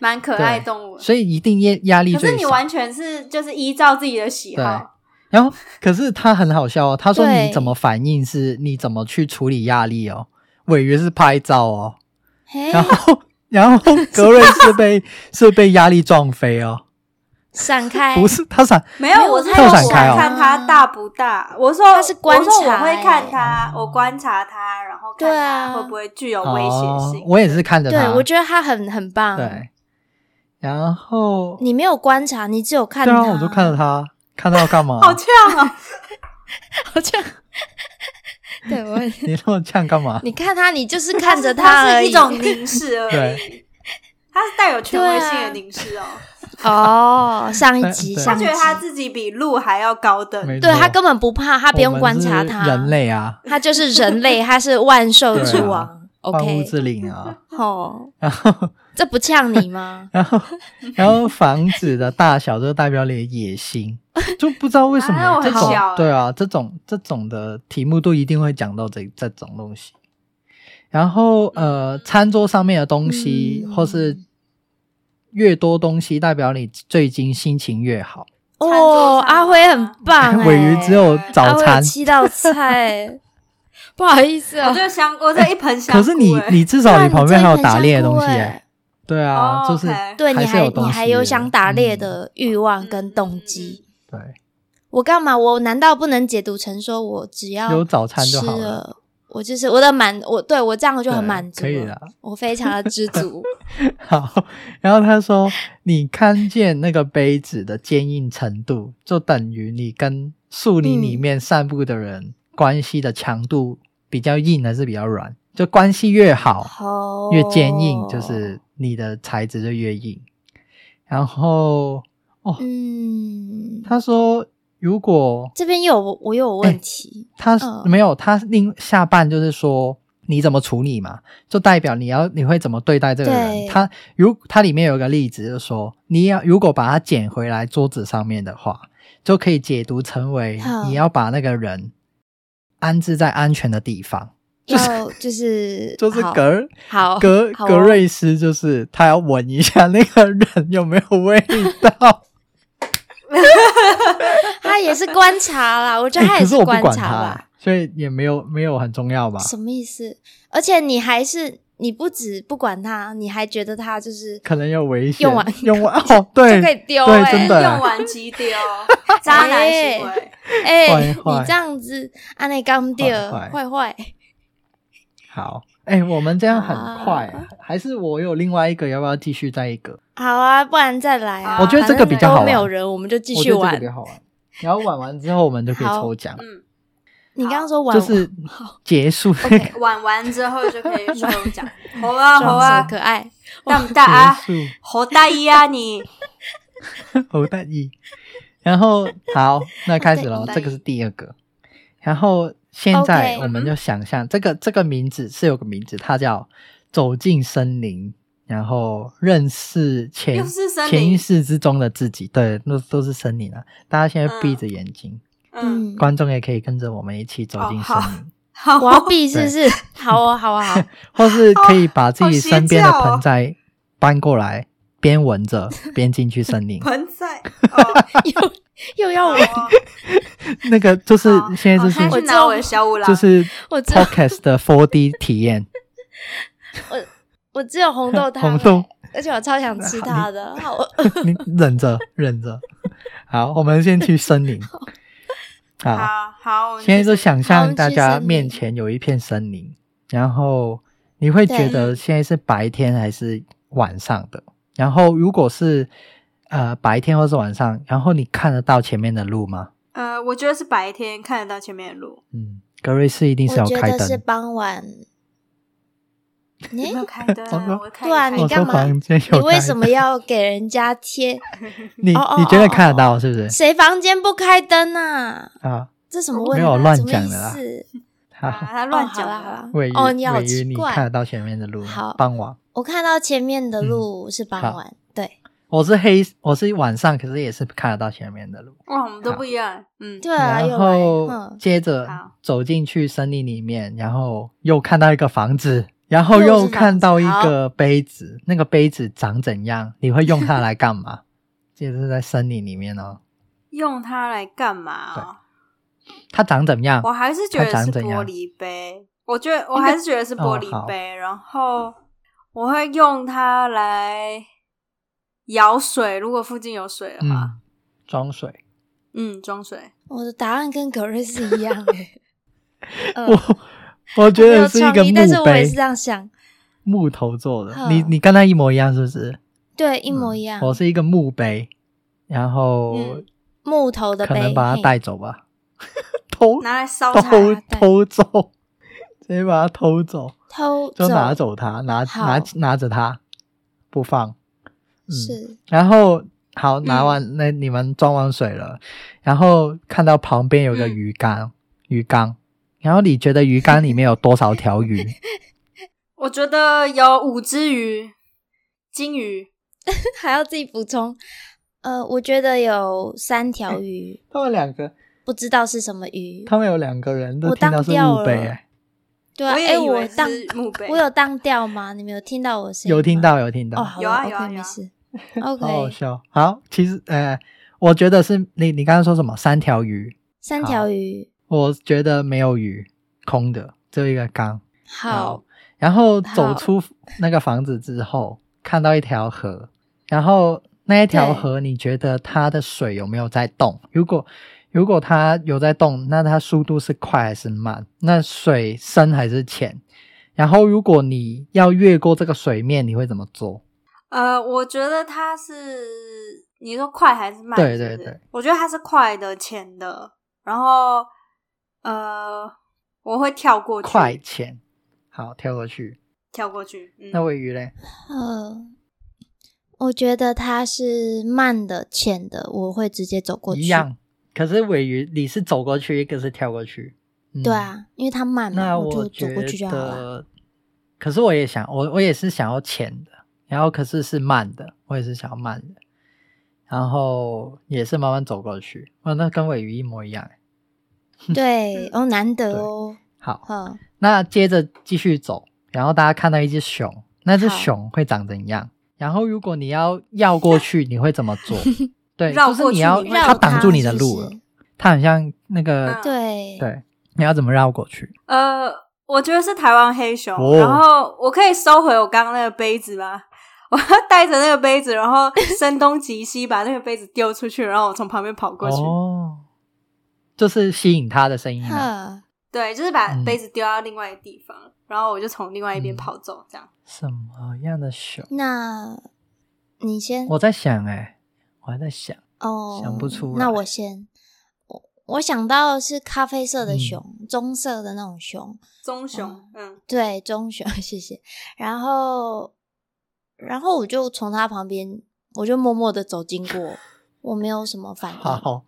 [SPEAKER 3] 蛮可爱动物的，
[SPEAKER 2] 所以一定压压力
[SPEAKER 3] 可
[SPEAKER 2] 最
[SPEAKER 3] 是
[SPEAKER 2] 少。
[SPEAKER 3] 你完全是就是依照自己的喜好，
[SPEAKER 2] 然后，可是他很好笑哦，他说
[SPEAKER 1] 对
[SPEAKER 2] 你怎么反应是你怎么去处理压力哦，尾鱼是拍照哦，
[SPEAKER 1] 嘿，
[SPEAKER 2] 然后 然后格瑞是被 是被压力撞飞哦，
[SPEAKER 1] 闪开，
[SPEAKER 2] 不是他闪，
[SPEAKER 3] 没
[SPEAKER 1] 没
[SPEAKER 3] 有，
[SPEAKER 1] 有
[SPEAKER 3] 我
[SPEAKER 1] 我
[SPEAKER 3] 是
[SPEAKER 1] 是
[SPEAKER 3] 说
[SPEAKER 2] 跳伞
[SPEAKER 3] 我
[SPEAKER 2] 开哦
[SPEAKER 3] 看它大不大，我说
[SPEAKER 1] 它是观察
[SPEAKER 3] 我说我会看它
[SPEAKER 2] 欸，
[SPEAKER 3] 我观察它，然后看
[SPEAKER 1] 对啊
[SPEAKER 3] 它会不会具有威胁
[SPEAKER 2] 哦
[SPEAKER 3] 性，。
[SPEAKER 2] 我也是看着
[SPEAKER 1] 对
[SPEAKER 2] 他，
[SPEAKER 1] 我觉得他很很棒，
[SPEAKER 2] 对，然后
[SPEAKER 1] 你没有观察，你只有看
[SPEAKER 2] 对
[SPEAKER 1] 他，
[SPEAKER 2] 啊，我就看着他，看到干嘛？
[SPEAKER 3] 好呛哦！
[SPEAKER 1] 好像， 对我，
[SPEAKER 2] 你那么呛干嘛？
[SPEAKER 1] 你看他，你就是 看 着
[SPEAKER 3] 它
[SPEAKER 1] 而
[SPEAKER 3] 是
[SPEAKER 1] 已，
[SPEAKER 3] 一种 凝视而已，它是带有权威
[SPEAKER 1] 对
[SPEAKER 3] 性的
[SPEAKER 1] 啊
[SPEAKER 3] 凝视哦。
[SPEAKER 1] 哦，上一集，
[SPEAKER 2] 对
[SPEAKER 3] 他
[SPEAKER 1] 上一集
[SPEAKER 3] 觉得，他自己比鹿还要高等，
[SPEAKER 2] 没
[SPEAKER 1] 对
[SPEAKER 2] 错
[SPEAKER 1] 他根本不怕，他不
[SPEAKER 2] 我
[SPEAKER 1] 用
[SPEAKER 2] 们
[SPEAKER 1] 观察
[SPEAKER 2] 是
[SPEAKER 1] 他，
[SPEAKER 2] 人，类啊，
[SPEAKER 1] 他就是人类，他是万兽之
[SPEAKER 2] 对啊
[SPEAKER 1] 王
[SPEAKER 2] 万物
[SPEAKER 1] ，OK，
[SPEAKER 2] 之灵啊，
[SPEAKER 1] 哦，
[SPEAKER 2] 然后。？
[SPEAKER 1] 这不呛你吗
[SPEAKER 2] 然后，然后房子的大小就代表你的野心，就不知道为什么、
[SPEAKER 3] 啊我
[SPEAKER 2] 这
[SPEAKER 3] 很
[SPEAKER 2] 种
[SPEAKER 3] 小欸
[SPEAKER 2] 对啊，这种这种的题目都一定会讲到这这种东西。然后呃，餐桌上面的东西、
[SPEAKER 1] 嗯
[SPEAKER 2] 或是越多东西，代表你最近心情越好。
[SPEAKER 3] 餐桌
[SPEAKER 1] 哦，
[SPEAKER 3] 上
[SPEAKER 1] 阿
[SPEAKER 3] 的
[SPEAKER 1] 辉
[SPEAKER 3] 啊
[SPEAKER 1] 很棒、欸，
[SPEAKER 2] 尾鱼只有
[SPEAKER 1] 阿
[SPEAKER 2] 早
[SPEAKER 1] 辉有
[SPEAKER 2] 餐，
[SPEAKER 1] 七道菜， 不好意思
[SPEAKER 3] 我
[SPEAKER 1] 哦。
[SPEAKER 3] 这香，我这一盆香菇、
[SPEAKER 2] 哎可是你
[SPEAKER 3] 欸
[SPEAKER 2] 你至
[SPEAKER 1] 对啊
[SPEAKER 2] 少你旁边还有打猎的东
[SPEAKER 1] 你
[SPEAKER 2] 西、
[SPEAKER 1] 真的很
[SPEAKER 2] 欸
[SPEAKER 1] 香菇欸
[SPEAKER 2] 对啊，
[SPEAKER 3] 哦
[SPEAKER 2] 就是
[SPEAKER 3] OK
[SPEAKER 1] 对，你
[SPEAKER 2] 还是有东
[SPEAKER 1] 你
[SPEAKER 2] 西
[SPEAKER 1] 还有
[SPEAKER 2] 的
[SPEAKER 1] 想打猎
[SPEAKER 2] 嗯
[SPEAKER 1] 的欲望跟动机。
[SPEAKER 2] 对，
[SPEAKER 1] 我干嘛？我难道不能解读成说我只要
[SPEAKER 2] 有早餐就
[SPEAKER 1] 吃
[SPEAKER 2] 好了
[SPEAKER 1] 了，我就是我的满，我对我这样我就很
[SPEAKER 2] 对
[SPEAKER 1] 满足
[SPEAKER 2] 可以
[SPEAKER 1] 了
[SPEAKER 2] 的
[SPEAKER 1] 我非常的知 足。
[SPEAKER 2] 好，然后他说：“你看见那个杯子的坚硬程度，就等于你跟树林里
[SPEAKER 1] 嗯
[SPEAKER 2] 面散步的人关系的强度比较硬还是比较软？就关系越好
[SPEAKER 1] 好，哦
[SPEAKER 2] 越坚硬，就是你的材质就越硬。然后
[SPEAKER 1] 嗯，
[SPEAKER 2] 他说，如果
[SPEAKER 1] 这边有我有
[SPEAKER 2] 哎
[SPEAKER 1] 问 题，
[SPEAKER 2] 他、
[SPEAKER 1] 嗯
[SPEAKER 2] 没有他另下半就是说你怎么处理嘛，就代表你要你会怎么对待这个
[SPEAKER 1] 对
[SPEAKER 2] 人。他如它里面有一个例子，就是说你要如果把它捡回来桌子上面的话，就可以解读成为
[SPEAKER 1] 好
[SPEAKER 2] 你要把那个人安置在安全的地方，
[SPEAKER 1] 要就是
[SPEAKER 2] 就是
[SPEAKER 1] 好
[SPEAKER 2] 格
[SPEAKER 1] 好
[SPEAKER 2] 格
[SPEAKER 1] 好哦
[SPEAKER 2] 格瑞斯，就是他要闻一下那个人有没有味 道。
[SPEAKER 1] 他也是观察啦，我觉得他
[SPEAKER 2] 欸
[SPEAKER 1] 也
[SPEAKER 2] 哎 可是我不
[SPEAKER 1] 观
[SPEAKER 2] 管
[SPEAKER 1] 察
[SPEAKER 2] 他哎
[SPEAKER 1] 吧。
[SPEAKER 2] 所以也没有没有很重要吧？
[SPEAKER 1] 什么意思？而且你还是你不止不管它，你还觉得它就是
[SPEAKER 2] 可能有危险，
[SPEAKER 1] 用完
[SPEAKER 2] 用 完哦，对
[SPEAKER 1] 就可以丢
[SPEAKER 2] 对
[SPEAKER 1] 欸
[SPEAKER 2] 真的
[SPEAKER 3] 哎用完即丢，渣男行为。
[SPEAKER 1] 哎、
[SPEAKER 2] 坏坏
[SPEAKER 1] 你这样子，安内刚掉
[SPEAKER 2] 坏
[SPEAKER 1] 坏
[SPEAKER 2] 坏
[SPEAKER 1] 坏，
[SPEAKER 2] 好，哎、我们这样很快、
[SPEAKER 1] 啊
[SPEAKER 2] 还是我有另外一个，要不要继续再一个？
[SPEAKER 1] 好啊，不然再来啊。
[SPEAKER 3] 我觉得
[SPEAKER 2] 这个比较好
[SPEAKER 1] 反正都
[SPEAKER 2] 玩
[SPEAKER 1] 没有人，我们就继
[SPEAKER 2] 我
[SPEAKER 1] 续
[SPEAKER 2] 觉得这
[SPEAKER 1] 玩
[SPEAKER 2] 个比。较好玩。然后玩完之后，我们就可以
[SPEAKER 1] 好
[SPEAKER 2] 抽奖，
[SPEAKER 3] 嗯，
[SPEAKER 1] 你刚刚说玩，
[SPEAKER 2] 就是结束那个
[SPEAKER 1] OK，
[SPEAKER 3] 玩完之后就可以抽奖。好啊，好
[SPEAKER 1] 哇，
[SPEAKER 3] 啊，
[SPEAKER 1] 可爱，
[SPEAKER 3] 大
[SPEAKER 2] 哦
[SPEAKER 3] 不大啊？
[SPEAKER 2] 结束。
[SPEAKER 3] 好大意啊你！
[SPEAKER 2] 侯大一。然后好，那开始
[SPEAKER 1] 侯
[SPEAKER 2] 喽
[SPEAKER 1] 大，一
[SPEAKER 2] 这个是第二个。然后现在
[SPEAKER 1] OK 嗯
[SPEAKER 2] 我们就想象这个这个名字是有个名字，它叫走进森林，然后认识潜
[SPEAKER 3] 又是森
[SPEAKER 2] 潜意
[SPEAKER 3] 林，
[SPEAKER 2] 识之中的自己。对，那都是森林啊！大家现在闭着眼睛，
[SPEAKER 3] 嗯，
[SPEAKER 1] 嗯，
[SPEAKER 2] 观众也可以跟着我们一起走进森
[SPEAKER 3] 哦
[SPEAKER 2] 林，
[SPEAKER 3] 好，
[SPEAKER 1] 我要闭是不是？好啊，好啊， 好啊，
[SPEAKER 2] 或是可以把自
[SPEAKER 3] 好
[SPEAKER 2] 己
[SPEAKER 3] 邪
[SPEAKER 2] 身边的
[SPEAKER 3] 教哦
[SPEAKER 2] 盆栽搬过来，边闻着 边进去森林。
[SPEAKER 3] 盆栽哦，
[SPEAKER 1] 又又要
[SPEAKER 3] 好
[SPEAKER 1] 我，
[SPEAKER 3] 啊
[SPEAKER 2] 那个就是
[SPEAKER 3] 好
[SPEAKER 2] 现在就
[SPEAKER 3] 好
[SPEAKER 2] 是
[SPEAKER 3] 他去拿我的小五郎，
[SPEAKER 2] 就是
[SPEAKER 1] 我知道
[SPEAKER 2] Podcast 的 4D 体验，
[SPEAKER 1] 我只有红豆汤、
[SPEAKER 2] 红豆
[SPEAKER 1] 哎而且我超想吃它 的。好，我
[SPEAKER 2] 你忍着忍着。好，我们先去森 林。好，
[SPEAKER 3] 好好，我们
[SPEAKER 2] 啊现在
[SPEAKER 3] 去
[SPEAKER 2] 就想
[SPEAKER 1] 好我
[SPEAKER 2] 象
[SPEAKER 1] 们
[SPEAKER 2] 大
[SPEAKER 1] 去
[SPEAKER 2] 家
[SPEAKER 1] 森林
[SPEAKER 2] 面前有一片森林，然后你会觉
[SPEAKER 1] 对
[SPEAKER 2] 得现在是白天还是晚上的？然后如果是呃白天或是晚上，然后你看得到前面的路吗？
[SPEAKER 3] 呃，我觉得是白天看得到前面的路，
[SPEAKER 2] 嗯，格瑞斯一定是
[SPEAKER 1] 我
[SPEAKER 2] 有
[SPEAKER 1] 觉
[SPEAKER 2] 开
[SPEAKER 1] 得是
[SPEAKER 2] 灯。
[SPEAKER 1] 傍 晚。哎、
[SPEAKER 3] 有没有开灯
[SPEAKER 2] 我说？
[SPEAKER 3] 我看
[SPEAKER 1] 对啊
[SPEAKER 3] 一看
[SPEAKER 1] 你
[SPEAKER 2] 我
[SPEAKER 1] 干
[SPEAKER 2] 说
[SPEAKER 1] 嘛
[SPEAKER 2] 哦房间有
[SPEAKER 1] 你为
[SPEAKER 2] 开
[SPEAKER 1] 什
[SPEAKER 2] 灯
[SPEAKER 1] 么要给人家贴？
[SPEAKER 2] 你
[SPEAKER 1] 哦哦
[SPEAKER 2] 你觉得
[SPEAKER 1] 哦
[SPEAKER 2] 看得
[SPEAKER 1] 哦
[SPEAKER 2] 到是不是？
[SPEAKER 1] 谁房间不开灯啊？
[SPEAKER 2] 啊，
[SPEAKER 1] 这什么问
[SPEAKER 2] 没
[SPEAKER 1] 题、
[SPEAKER 2] 有
[SPEAKER 1] 啊？
[SPEAKER 2] 乱
[SPEAKER 1] 什么
[SPEAKER 2] 讲
[SPEAKER 1] 意
[SPEAKER 2] 的啦
[SPEAKER 1] 思？
[SPEAKER 3] 啊
[SPEAKER 2] 好。
[SPEAKER 3] 他
[SPEAKER 1] 乱
[SPEAKER 3] 乱
[SPEAKER 1] 讲
[SPEAKER 3] 讲
[SPEAKER 1] 啦，好
[SPEAKER 3] 的
[SPEAKER 1] 啦，
[SPEAKER 2] 位于
[SPEAKER 1] 哦，你好
[SPEAKER 2] 位于
[SPEAKER 1] 奇
[SPEAKER 2] 你
[SPEAKER 1] 怪。
[SPEAKER 2] 看得到前面的路吗，
[SPEAKER 1] 好
[SPEAKER 2] 傍晚。
[SPEAKER 1] 我看到前面的
[SPEAKER 2] 嗯
[SPEAKER 1] 路是傍晚，对
[SPEAKER 2] 我是黑，我是晚上，可是也是看得到前面的路。
[SPEAKER 3] 哇，我们都不一样，嗯，
[SPEAKER 1] 对啊，又来，
[SPEAKER 2] 然后
[SPEAKER 1] 嗯，
[SPEAKER 2] 接着
[SPEAKER 3] 好
[SPEAKER 2] 走进去森林里面，然后又看到一个房子，然后
[SPEAKER 1] 又是
[SPEAKER 2] 又看到一
[SPEAKER 1] 房子
[SPEAKER 2] 个杯子，那个杯子长怎样？你会用它来干嘛？这是在森林里面哦，
[SPEAKER 3] 用它来干嘛哦？
[SPEAKER 2] 它长怎样
[SPEAKER 3] 我？还是觉得
[SPEAKER 2] 它长
[SPEAKER 3] 是
[SPEAKER 2] 怎样
[SPEAKER 3] 玻璃杯，我觉得我还是觉得是玻
[SPEAKER 2] 哦好
[SPEAKER 3] 璃杯，然后我会用它来舀水，如果附近有水的话，
[SPEAKER 2] 嗯，装水。
[SPEAKER 3] 嗯，装水。
[SPEAKER 1] 我的答案跟格瑞斯一 样、欸，嗯
[SPEAKER 2] 我 我觉
[SPEAKER 1] 没有
[SPEAKER 2] 得是一个
[SPEAKER 1] 创意但是
[SPEAKER 2] 墓
[SPEAKER 1] 我也
[SPEAKER 2] 碑
[SPEAKER 1] 是，这样想，
[SPEAKER 2] 木头做的。
[SPEAKER 1] 嗯
[SPEAKER 2] 你你跟它一模一样是不是？
[SPEAKER 1] 对，一模一样
[SPEAKER 2] 嗯。我是一个墓碑，然后
[SPEAKER 3] 嗯
[SPEAKER 1] 木头的
[SPEAKER 2] 可
[SPEAKER 1] 杯，
[SPEAKER 2] 能把它
[SPEAKER 1] 嘿
[SPEAKER 2] 带走吧， 偷
[SPEAKER 3] 拿来
[SPEAKER 1] 啊
[SPEAKER 3] 烧菜
[SPEAKER 2] 偷
[SPEAKER 1] 带
[SPEAKER 2] 偷走，直接把它偷走，
[SPEAKER 1] 偷走，
[SPEAKER 2] 就拿走它，拿拿
[SPEAKER 1] 好
[SPEAKER 2] 拿着它不放。嗯，
[SPEAKER 1] 是 嗯
[SPEAKER 2] 然后好拿完那你们装完水了，然后看到旁边有个
[SPEAKER 3] 嗯
[SPEAKER 2] 鱼缸，鱼缸，然后你觉得鱼缸里面有多少 条鱼？
[SPEAKER 3] 我觉得有五只鱼，金鱼，
[SPEAKER 1] 还要自己补充。呃，我觉得有三条鱼，
[SPEAKER 2] 他们两个，
[SPEAKER 1] 不知道是什么鱼。
[SPEAKER 2] 哎他们有两个人都
[SPEAKER 1] 我
[SPEAKER 2] 听到
[SPEAKER 1] 当
[SPEAKER 2] 是
[SPEAKER 1] 掉
[SPEAKER 2] 墓碑、
[SPEAKER 1] 了
[SPEAKER 2] 哎
[SPEAKER 1] 对啊，
[SPEAKER 3] 我
[SPEAKER 1] 哎、
[SPEAKER 3] 也以
[SPEAKER 1] 我
[SPEAKER 3] 为
[SPEAKER 1] 当
[SPEAKER 3] 是墓碑。
[SPEAKER 1] 我有当掉吗？你们有听到我的声音？
[SPEAKER 2] 有听。到哦有听到
[SPEAKER 1] 哦，，好
[SPEAKER 3] 有啊
[SPEAKER 1] 了
[SPEAKER 3] 有啊
[SPEAKER 1] OK，
[SPEAKER 3] 有
[SPEAKER 1] 没
[SPEAKER 3] 啊
[SPEAKER 1] 事。
[SPEAKER 2] 好好
[SPEAKER 1] OK，
[SPEAKER 2] 笑。好，其实呃，我觉得是你你刚刚说什么三条鱼，
[SPEAKER 1] 三条鱼，
[SPEAKER 2] 我觉得没有鱼，空的，只有一个缸。
[SPEAKER 1] 好，
[SPEAKER 2] 然后
[SPEAKER 1] 好
[SPEAKER 2] 走出那个房子之后，看到一条河，然后那一条河，你觉得它的水有没有在动？如果如果它有在动，那它速度是快还是慢？那水深还是浅？然后如果你要越过这个水面，你会怎么做？
[SPEAKER 3] 呃，我觉得它是你说快还是慢？
[SPEAKER 2] 对
[SPEAKER 3] 是
[SPEAKER 2] 对
[SPEAKER 3] 不是
[SPEAKER 2] 对，
[SPEAKER 3] 我觉得它是快的、浅的，然后呃，我会跳过去，
[SPEAKER 2] 快浅，好跳过去。
[SPEAKER 3] 跳过去。嗯，
[SPEAKER 2] 那尾鱼嘞？
[SPEAKER 1] 呃，我觉得它是慢的、浅的，我会直接走过去。
[SPEAKER 2] 一。样。可是尾鱼，你是走过去，一个是跳过去。嗯
[SPEAKER 1] 对，啊，因为它慢嘛，
[SPEAKER 2] 那
[SPEAKER 1] 我就
[SPEAKER 2] 觉
[SPEAKER 1] 走过去就好了。
[SPEAKER 2] 得，可是我也想，我我也是想要浅的，然后可是是慢的，我也是想要慢的，然后也是慢慢走过去。哇，那跟尾鱼一模一样欸。
[SPEAKER 1] 对，哦，难得
[SPEAKER 2] 对
[SPEAKER 1] 哦，
[SPEAKER 2] 好，
[SPEAKER 1] 嗯，
[SPEAKER 2] 那接着继续走，然后大家看到一只熊，那只
[SPEAKER 1] 好
[SPEAKER 2] 熊会长怎样？然后如果你要绕过去，你会怎么 做？对，
[SPEAKER 3] 绕
[SPEAKER 2] 就是
[SPEAKER 3] 过
[SPEAKER 2] 你
[SPEAKER 3] 去
[SPEAKER 2] 要
[SPEAKER 3] 你会
[SPEAKER 1] 绕
[SPEAKER 2] 它挡住你
[SPEAKER 1] 它
[SPEAKER 2] 的
[SPEAKER 1] 是不
[SPEAKER 2] 路了
[SPEAKER 1] 是，
[SPEAKER 2] 它很像那个
[SPEAKER 3] 嗯
[SPEAKER 1] 对，
[SPEAKER 2] 对，你要怎么绕过去？
[SPEAKER 3] 呃，我觉得是台湾黑熊，
[SPEAKER 2] 哦
[SPEAKER 3] 然后我可以收回我刚刚那个杯子吗？我要带着那个杯子，然后声东击西，把那个杯子丢出去，然后我从旁边跑过去。
[SPEAKER 2] 哦，就是吸引他的声音啊，
[SPEAKER 1] 呵，
[SPEAKER 3] 对，就是把
[SPEAKER 2] 嗯
[SPEAKER 3] 杯子丢到另外一个地方，然后我就从另外一边
[SPEAKER 2] 嗯
[SPEAKER 3] 跑走，这样。
[SPEAKER 2] 什么样的熊？
[SPEAKER 1] 那你先
[SPEAKER 2] 我在想、哎，我还在想，
[SPEAKER 1] 哦，
[SPEAKER 2] 想不出
[SPEAKER 1] 那
[SPEAKER 2] 来
[SPEAKER 1] 我先，我我想到的是咖啡色的
[SPEAKER 2] 嗯
[SPEAKER 1] 熊，棕色的那种熊，
[SPEAKER 3] 棕熊，嗯，
[SPEAKER 1] 对，棕熊， 谢谢。然后，然后我就从他旁边，我就默默的走经过，我没有什么反应。
[SPEAKER 2] 好，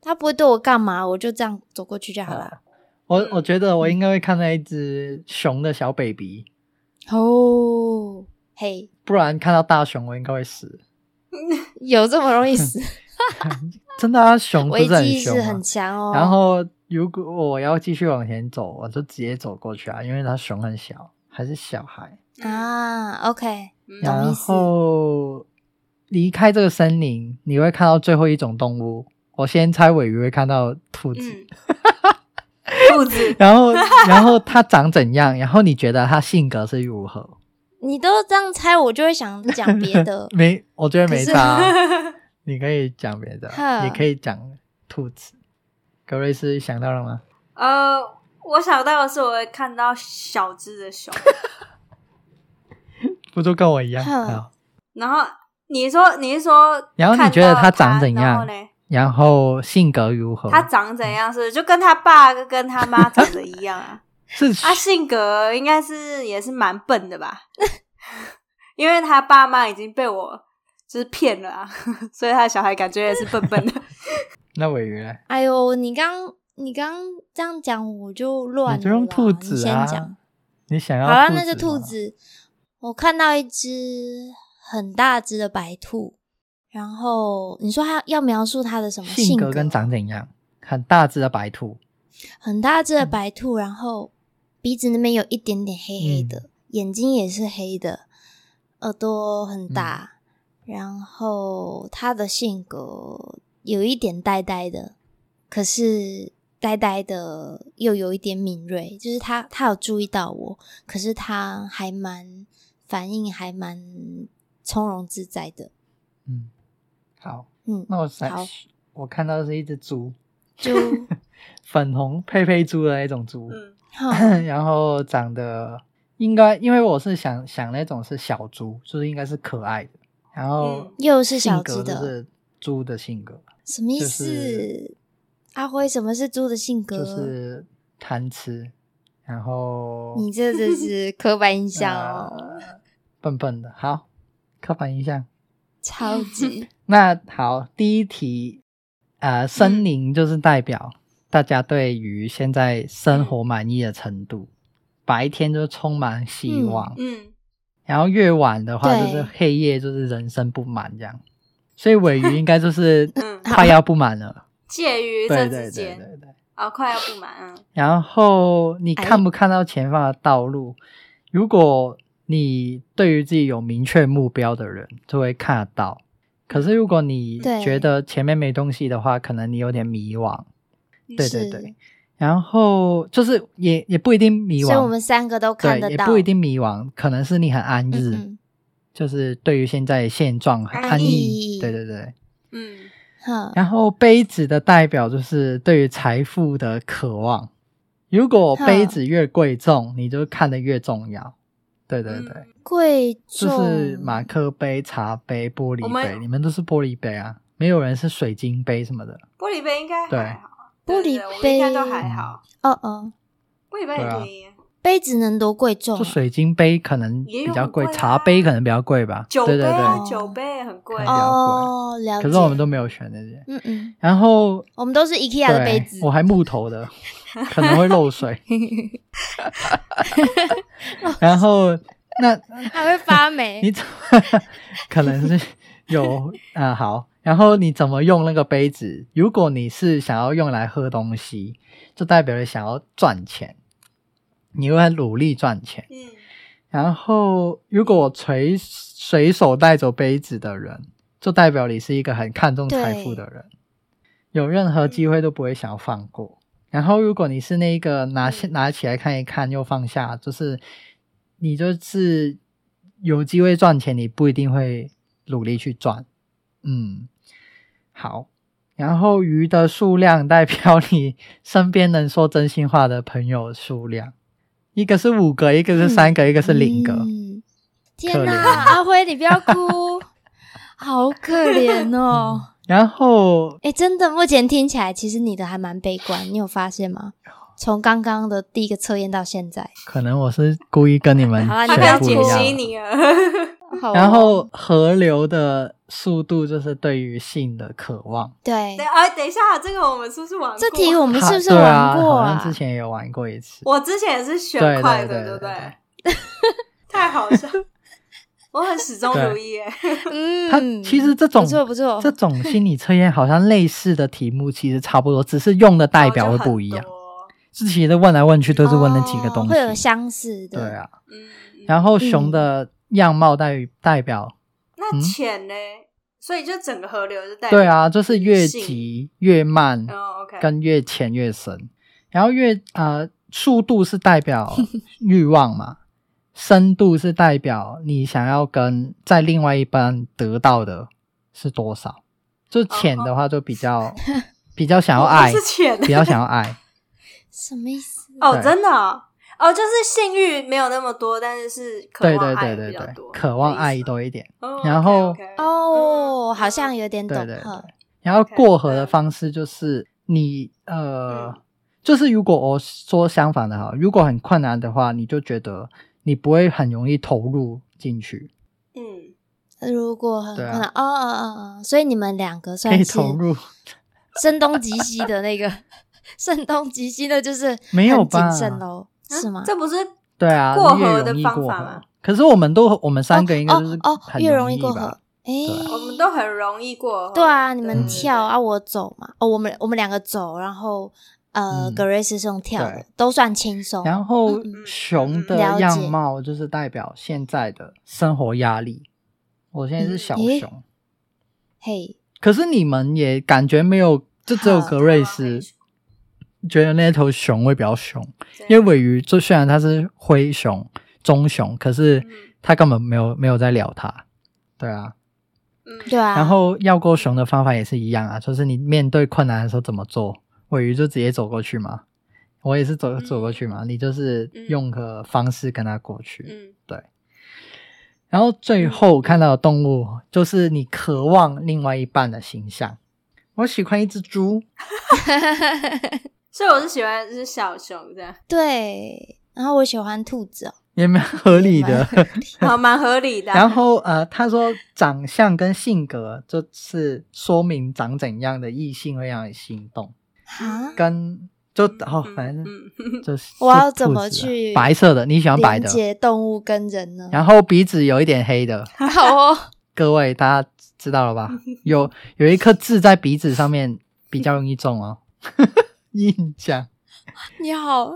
[SPEAKER 1] 他不会对我干嘛，我就这样走过去就好了。
[SPEAKER 2] 我我觉得
[SPEAKER 1] 嗯
[SPEAKER 2] 我应该会看到一只熊的小 baby，
[SPEAKER 1] 哦，嘿，
[SPEAKER 2] 不然看到大熊我应该会死。
[SPEAKER 1] 有这么容易死？
[SPEAKER 2] 真的啊，熊不
[SPEAKER 1] 危
[SPEAKER 2] 是很
[SPEAKER 1] 机意识
[SPEAKER 2] 凶吗
[SPEAKER 1] 很？强哦。
[SPEAKER 2] 然后如果我要继续往前走，我就直接走过去啊，因为它熊很小，还是小孩。
[SPEAKER 1] 啊，OK，
[SPEAKER 3] 嗯
[SPEAKER 1] 懂意
[SPEAKER 2] 然
[SPEAKER 1] 思
[SPEAKER 2] 后离开这个森林，你会看到最后一种动物。我先猜尾鱼会看到兔子，
[SPEAKER 3] 嗯， 兔子，
[SPEAKER 2] 然后然后它长怎样？然后你觉得它性格是如何？。
[SPEAKER 1] 你都这样猜，我就会想讲别的
[SPEAKER 2] 没，我觉得没
[SPEAKER 1] 呃可是
[SPEAKER 2] 差啊。 你可以讲别的，
[SPEAKER 1] 呵
[SPEAKER 2] 也可以讲兔子。格瑞斯想到了吗？
[SPEAKER 3] 呃，我想到的是我会看到小只的熊，
[SPEAKER 2] 不就跟我一样？
[SPEAKER 1] 呵
[SPEAKER 2] 好
[SPEAKER 3] 然后你说你是说，
[SPEAKER 2] 然后你觉得它长怎样
[SPEAKER 3] 然后呢？
[SPEAKER 2] 然后性格如何？
[SPEAKER 3] 它长怎样是不是就跟他爸跟他妈长得一样啊？
[SPEAKER 2] 是
[SPEAKER 3] 啊，性格应该是也是蛮笨的吧， 因为他爸妈已经被我就是骗了啊， 所以他的小孩感觉也是笨笨 的。
[SPEAKER 2] 那尾鱼嘞？
[SPEAKER 1] 哎呦，你刚你刚这样讲，我就乱了
[SPEAKER 2] 你就用
[SPEAKER 1] 啦
[SPEAKER 2] 兔子
[SPEAKER 1] 你
[SPEAKER 2] 啊
[SPEAKER 1] 先讲。，
[SPEAKER 2] 你想要
[SPEAKER 1] 好啦，
[SPEAKER 2] 兔
[SPEAKER 1] 那是
[SPEAKER 2] 子
[SPEAKER 1] 兔
[SPEAKER 2] 吗，
[SPEAKER 1] 子。我看到一只很大只的白兔，然后你说它要描述它的什么
[SPEAKER 2] 性
[SPEAKER 1] 格
[SPEAKER 2] 格跟长怎样？很大只的白兔，
[SPEAKER 1] 很大只的
[SPEAKER 2] 嗯
[SPEAKER 1] 白兔，然后鼻子那边有一点点黑黑的，
[SPEAKER 2] 嗯
[SPEAKER 1] 眼睛也是黑的，耳朵
[SPEAKER 2] 嗯
[SPEAKER 1] 很大，然后它的性格有一点呆呆的，可是呆呆的又有一点敏锐，就是它它有注意到我，可是它还蛮反应还蛮从容自在的，
[SPEAKER 2] 嗯，好，
[SPEAKER 1] 嗯，
[SPEAKER 2] 那我想
[SPEAKER 1] 好，
[SPEAKER 2] 我看到的是一只猪，
[SPEAKER 1] 就
[SPEAKER 2] 粉红佩佩猪的那种猪，
[SPEAKER 3] 嗯，
[SPEAKER 1] 哼
[SPEAKER 2] 然后长得应该，因为我是想想那种是小猪，就是应该是可爱的，然后
[SPEAKER 3] 嗯
[SPEAKER 1] 又是小
[SPEAKER 2] 性
[SPEAKER 1] 只
[SPEAKER 2] 格就
[SPEAKER 1] 的，
[SPEAKER 2] 是猪的性格，
[SPEAKER 1] 什么意
[SPEAKER 2] 就
[SPEAKER 1] 思？
[SPEAKER 2] 是
[SPEAKER 1] 阿辉，什么是猪的性格？
[SPEAKER 2] 就是贪吃，然后
[SPEAKER 1] 你这真 是刻板印象哦，
[SPEAKER 2] 呃笨笨的，好，刻板印象。
[SPEAKER 1] 超 级
[SPEAKER 2] 那好，第一题，呃，
[SPEAKER 1] 嗯
[SPEAKER 2] 森林就是代表大家对于现在
[SPEAKER 1] 嗯
[SPEAKER 2] 生活满意的程度，白天就充满希望，
[SPEAKER 3] 嗯，
[SPEAKER 2] 然后越晚的话
[SPEAKER 1] 对
[SPEAKER 2] 就是黑夜，就是人生不满这样。所以尾鱼应该就是
[SPEAKER 3] 嗯
[SPEAKER 2] 快要不满了，
[SPEAKER 3] 介于这
[SPEAKER 2] 对
[SPEAKER 3] 之
[SPEAKER 2] 对对
[SPEAKER 3] 间
[SPEAKER 2] 对对。
[SPEAKER 3] 啊、哦快要不满，嗯，
[SPEAKER 2] 然后你看不看到前方的道路？如果你对于自己有明确目标的人，就会看得到。可是如果你
[SPEAKER 1] 对
[SPEAKER 2] 觉得前面没东西的话，可能你有点迷惘。对对
[SPEAKER 1] 嗯是
[SPEAKER 2] 对。然后就是也也不一定迷
[SPEAKER 1] 所以我
[SPEAKER 2] 惘，
[SPEAKER 1] 们三个都看
[SPEAKER 2] 对，
[SPEAKER 1] 得
[SPEAKER 2] 也
[SPEAKER 1] 到，
[SPEAKER 2] 不一定迷惘，可能是你很安
[SPEAKER 1] 嗯
[SPEAKER 2] 逸，
[SPEAKER 1] 嗯
[SPEAKER 2] 就是对于现在现状很
[SPEAKER 3] 安
[SPEAKER 2] 安
[SPEAKER 1] 逸
[SPEAKER 2] 对对对。
[SPEAKER 3] 嗯
[SPEAKER 1] 哼
[SPEAKER 2] 然后杯子的代表就是对于财富的渴望。如果
[SPEAKER 3] 嗯
[SPEAKER 2] 杯子越贵重，你就看得越重要。对对对，
[SPEAKER 3] 嗯
[SPEAKER 1] 贵
[SPEAKER 2] 就
[SPEAKER 1] 重
[SPEAKER 2] 是马克杯、茶杯、玻
[SPEAKER 3] 我
[SPEAKER 2] 璃
[SPEAKER 3] 们
[SPEAKER 2] 杯，你们都是玻璃杯啊，没有人是水晶杯什么的。
[SPEAKER 3] 玻璃杯应该还好，
[SPEAKER 1] 对
[SPEAKER 3] 对
[SPEAKER 1] 玻
[SPEAKER 3] 对
[SPEAKER 1] 璃
[SPEAKER 3] 我们应该
[SPEAKER 1] 杯
[SPEAKER 3] 都还好，
[SPEAKER 1] 哦哦，
[SPEAKER 3] 玻璃杯
[SPEAKER 2] 对啊
[SPEAKER 3] 很便宜啊，
[SPEAKER 1] 杯子能多贵重
[SPEAKER 2] 就
[SPEAKER 1] 啊？
[SPEAKER 2] 水晶杯可能
[SPEAKER 3] 嗯也
[SPEAKER 2] 比
[SPEAKER 3] 有
[SPEAKER 2] 较
[SPEAKER 3] 很
[SPEAKER 2] 贵，
[SPEAKER 3] 贵啊
[SPEAKER 2] 茶杯可能比较贵吧。
[SPEAKER 3] 酒
[SPEAKER 2] 对
[SPEAKER 3] 杯
[SPEAKER 2] 对
[SPEAKER 3] 啊
[SPEAKER 2] 对，
[SPEAKER 3] 酒杯也很贵
[SPEAKER 2] 比，较
[SPEAKER 1] 哦，了解。
[SPEAKER 2] 可是我们都没有选那些。
[SPEAKER 1] 嗯嗯，
[SPEAKER 2] 然后
[SPEAKER 1] 我们都是 IKEA 的杯子
[SPEAKER 2] 对，我还木头的，可能会 漏水。然后那
[SPEAKER 1] 还会发霉
[SPEAKER 2] 你。怎么可能是有啊、好，然后你怎么用那个杯子？如果你是想要用来喝东西，就代表你想要赚钱，你会努力赚钱。
[SPEAKER 3] 嗯
[SPEAKER 2] 然后如果随随手带走杯子的人，就代表你是一个很看重财富的人，有任何机会都不会想要放过。然后如果你是那个拿下拿起来看一看又放下，就是你就是有机会赚钱，你不一定会努力去赚。嗯，好。然后鱼的数量代表你身边能说真心话的朋友数量，一个是五个，一个是三个，一个 是零个。
[SPEAKER 1] 嗯天哪，
[SPEAKER 2] 可怜
[SPEAKER 1] 阿辉，你不要 哭，好可怜哦。
[SPEAKER 2] 然后
[SPEAKER 1] 哎、真的，目前听起来，其实你的还蛮悲观，你有发现吗？从刚刚的第一个测验到现在，
[SPEAKER 2] 可能我是故意跟你们
[SPEAKER 1] 好啦
[SPEAKER 3] 他
[SPEAKER 1] 你不要
[SPEAKER 2] 全
[SPEAKER 3] 不要
[SPEAKER 2] 部一
[SPEAKER 3] 解
[SPEAKER 1] 解析
[SPEAKER 2] 样。
[SPEAKER 3] 析你啊！
[SPEAKER 1] 好哦
[SPEAKER 2] 然后河流的速度就是对于性的渴望。
[SPEAKER 1] 对
[SPEAKER 3] 对，啊，等一下，这个我们是不啊是玩过？
[SPEAKER 1] 这题我们是不是
[SPEAKER 2] 好对
[SPEAKER 1] 玩过
[SPEAKER 2] 啊？好像之前也玩过一次。
[SPEAKER 3] 我之前也是选
[SPEAKER 2] 对
[SPEAKER 3] 快
[SPEAKER 2] 对
[SPEAKER 3] 的，对
[SPEAKER 2] 对
[SPEAKER 3] 不对？太好笑，我很始终如一耶。
[SPEAKER 2] 它
[SPEAKER 1] 嗯，
[SPEAKER 2] 其实这种
[SPEAKER 1] 不错不错，
[SPEAKER 2] 这种心理测验好像类似的题目其实差不多，只是用的 代表会
[SPEAKER 3] 然后就很
[SPEAKER 2] 不一样。
[SPEAKER 3] 多。
[SPEAKER 2] 自己的问来问去都是问那几个
[SPEAKER 1] 哦
[SPEAKER 2] 东西。
[SPEAKER 1] 会有相似的。
[SPEAKER 2] 对啊，
[SPEAKER 3] 嗯，嗯
[SPEAKER 2] 然后熊的样貌代代表，
[SPEAKER 3] 那
[SPEAKER 2] 嗯
[SPEAKER 3] 浅呢？所以就整个河流就带
[SPEAKER 2] 对，啊，就是越
[SPEAKER 3] 性
[SPEAKER 2] 急越
[SPEAKER 1] 嗯
[SPEAKER 2] 慢，
[SPEAKER 3] 哦，OK，
[SPEAKER 2] 跟越浅越深。然后越呃速度是代 表欲望嘛，深度是代表你想要跟在另外一半得到的是多少。就浅的话就比较 比较想要
[SPEAKER 3] 哦
[SPEAKER 2] 爱
[SPEAKER 3] 是，浅的
[SPEAKER 2] 比较想要爱。
[SPEAKER 1] 什么意思？
[SPEAKER 3] 哦，
[SPEAKER 2] 对
[SPEAKER 3] 真的哦，哦就是性欲没有那么多，但是是渴
[SPEAKER 2] 对
[SPEAKER 3] 望
[SPEAKER 2] 对
[SPEAKER 3] 爱
[SPEAKER 2] 对对
[SPEAKER 3] 比较
[SPEAKER 2] 对
[SPEAKER 3] 多，，
[SPEAKER 2] 渴望爱
[SPEAKER 3] 的
[SPEAKER 2] 多一点。
[SPEAKER 3] 意思。
[SPEAKER 2] 然后
[SPEAKER 1] 哦，
[SPEAKER 3] 嗯
[SPEAKER 1] 好像有点懂。
[SPEAKER 2] 对对对
[SPEAKER 1] 呵
[SPEAKER 2] 然后
[SPEAKER 3] OK，
[SPEAKER 2] 过河的
[SPEAKER 3] 嗯
[SPEAKER 2] 方式就是你呃
[SPEAKER 3] 嗯，
[SPEAKER 2] 就是如果我说相反的哈，如果很困难的话，你就觉得你不会很容易投入进去，
[SPEAKER 3] 嗯，
[SPEAKER 1] 呃如果很
[SPEAKER 2] 对
[SPEAKER 1] 困
[SPEAKER 2] 啊
[SPEAKER 1] 难，哦哦哦哦，所以你们两个
[SPEAKER 2] 可
[SPEAKER 1] 算
[SPEAKER 2] 以
[SPEAKER 1] 是
[SPEAKER 2] 投入
[SPEAKER 1] 声东击西的那个， 声东击西的就是
[SPEAKER 2] 没有
[SPEAKER 1] 很
[SPEAKER 2] 吧
[SPEAKER 1] 谨慎喽，
[SPEAKER 3] 啊
[SPEAKER 1] 是吗？
[SPEAKER 3] 这不是
[SPEAKER 2] 对啊，
[SPEAKER 3] 过
[SPEAKER 2] 你
[SPEAKER 3] 河
[SPEAKER 2] 越
[SPEAKER 3] 的
[SPEAKER 2] 容易
[SPEAKER 3] 方
[SPEAKER 2] 过
[SPEAKER 3] 法
[SPEAKER 2] 河
[SPEAKER 3] 吗。
[SPEAKER 2] 可是我们都我们三个应该就是
[SPEAKER 1] 哦哦哦，
[SPEAKER 2] 很
[SPEAKER 1] 越容易
[SPEAKER 2] 吧
[SPEAKER 1] 过河。哎，
[SPEAKER 2] 对
[SPEAKER 3] 我们都很容易过河。
[SPEAKER 1] 对啊，你们
[SPEAKER 2] 嗯
[SPEAKER 1] 跳啊，我走嘛。哦，我们我们两个走，然后呃，
[SPEAKER 2] 嗯
[SPEAKER 1] 格瑞斯是用跳的
[SPEAKER 2] 对，
[SPEAKER 1] 都算轻松。
[SPEAKER 2] 然后
[SPEAKER 1] 嗯
[SPEAKER 3] 嗯
[SPEAKER 2] 熊
[SPEAKER 3] 嗯
[SPEAKER 1] 了
[SPEAKER 2] 的
[SPEAKER 1] 解
[SPEAKER 2] 样貌就是代表现在的生活压力。我现在是
[SPEAKER 3] 嗯
[SPEAKER 2] 小
[SPEAKER 1] 诶
[SPEAKER 2] 熊，
[SPEAKER 1] 嘿，
[SPEAKER 2] 可是你们也感觉没有，就只有
[SPEAKER 1] 好
[SPEAKER 2] 格瑞
[SPEAKER 3] 对啊
[SPEAKER 2] 斯觉得那头熊会比较凶，
[SPEAKER 3] 对
[SPEAKER 2] 因为尾鱼就虽然它是灰熊、棕熊，可是
[SPEAKER 3] 嗯
[SPEAKER 2] 它根本没有没有在聊它。对啊，
[SPEAKER 3] 嗯
[SPEAKER 1] 对啊。
[SPEAKER 2] 然后要过熊的方法也是一样啊，就是你面对困难的时候怎么做，尾鱼就直接走过去嘛。我也是走走过去嘛，你就是用个方式跟它过去。
[SPEAKER 3] 嗯
[SPEAKER 2] 然后最后看到的动物就是你渴望另外一半的形象。我喜欢一只猪，
[SPEAKER 3] 所以我是喜欢是小熊 这样，
[SPEAKER 1] 对，然后我喜欢兔子哦，
[SPEAKER 2] 也蛮合理 的。
[SPEAKER 3] 好，蛮合理的啊。
[SPEAKER 2] 然后呃，他说长相跟性格就是说明长怎样的异性会让你心动，
[SPEAKER 1] 啊，
[SPEAKER 2] 跟就哦
[SPEAKER 3] 嗯，
[SPEAKER 2] 反正
[SPEAKER 3] 嗯
[SPEAKER 2] 就是
[SPEAKER 1] 我要
[SPEAKER 2] 是
[SPEAKER 1] 怎
[SPEAKER 2] 兔
[SPEAKER 1] 么
[SPEAKER 2] 子啊
[SPEAKER 1] 去
[SPEAKER 2] 白色的，你喜欢白
[SPEAKER 1] 连
[SPEAKER 2] 的，
[SPEAKER 1] 接动物跟人呢？
[SPEAKER 2] 然后鼻子有一点黑的，
[SPEAKER 1] 好哦，
[SPEAKER 2] 各位大家知道了 吧？有有一颗痣在鼻子上面比较容易中哦， 印象
[SPEAKER 1] 你好，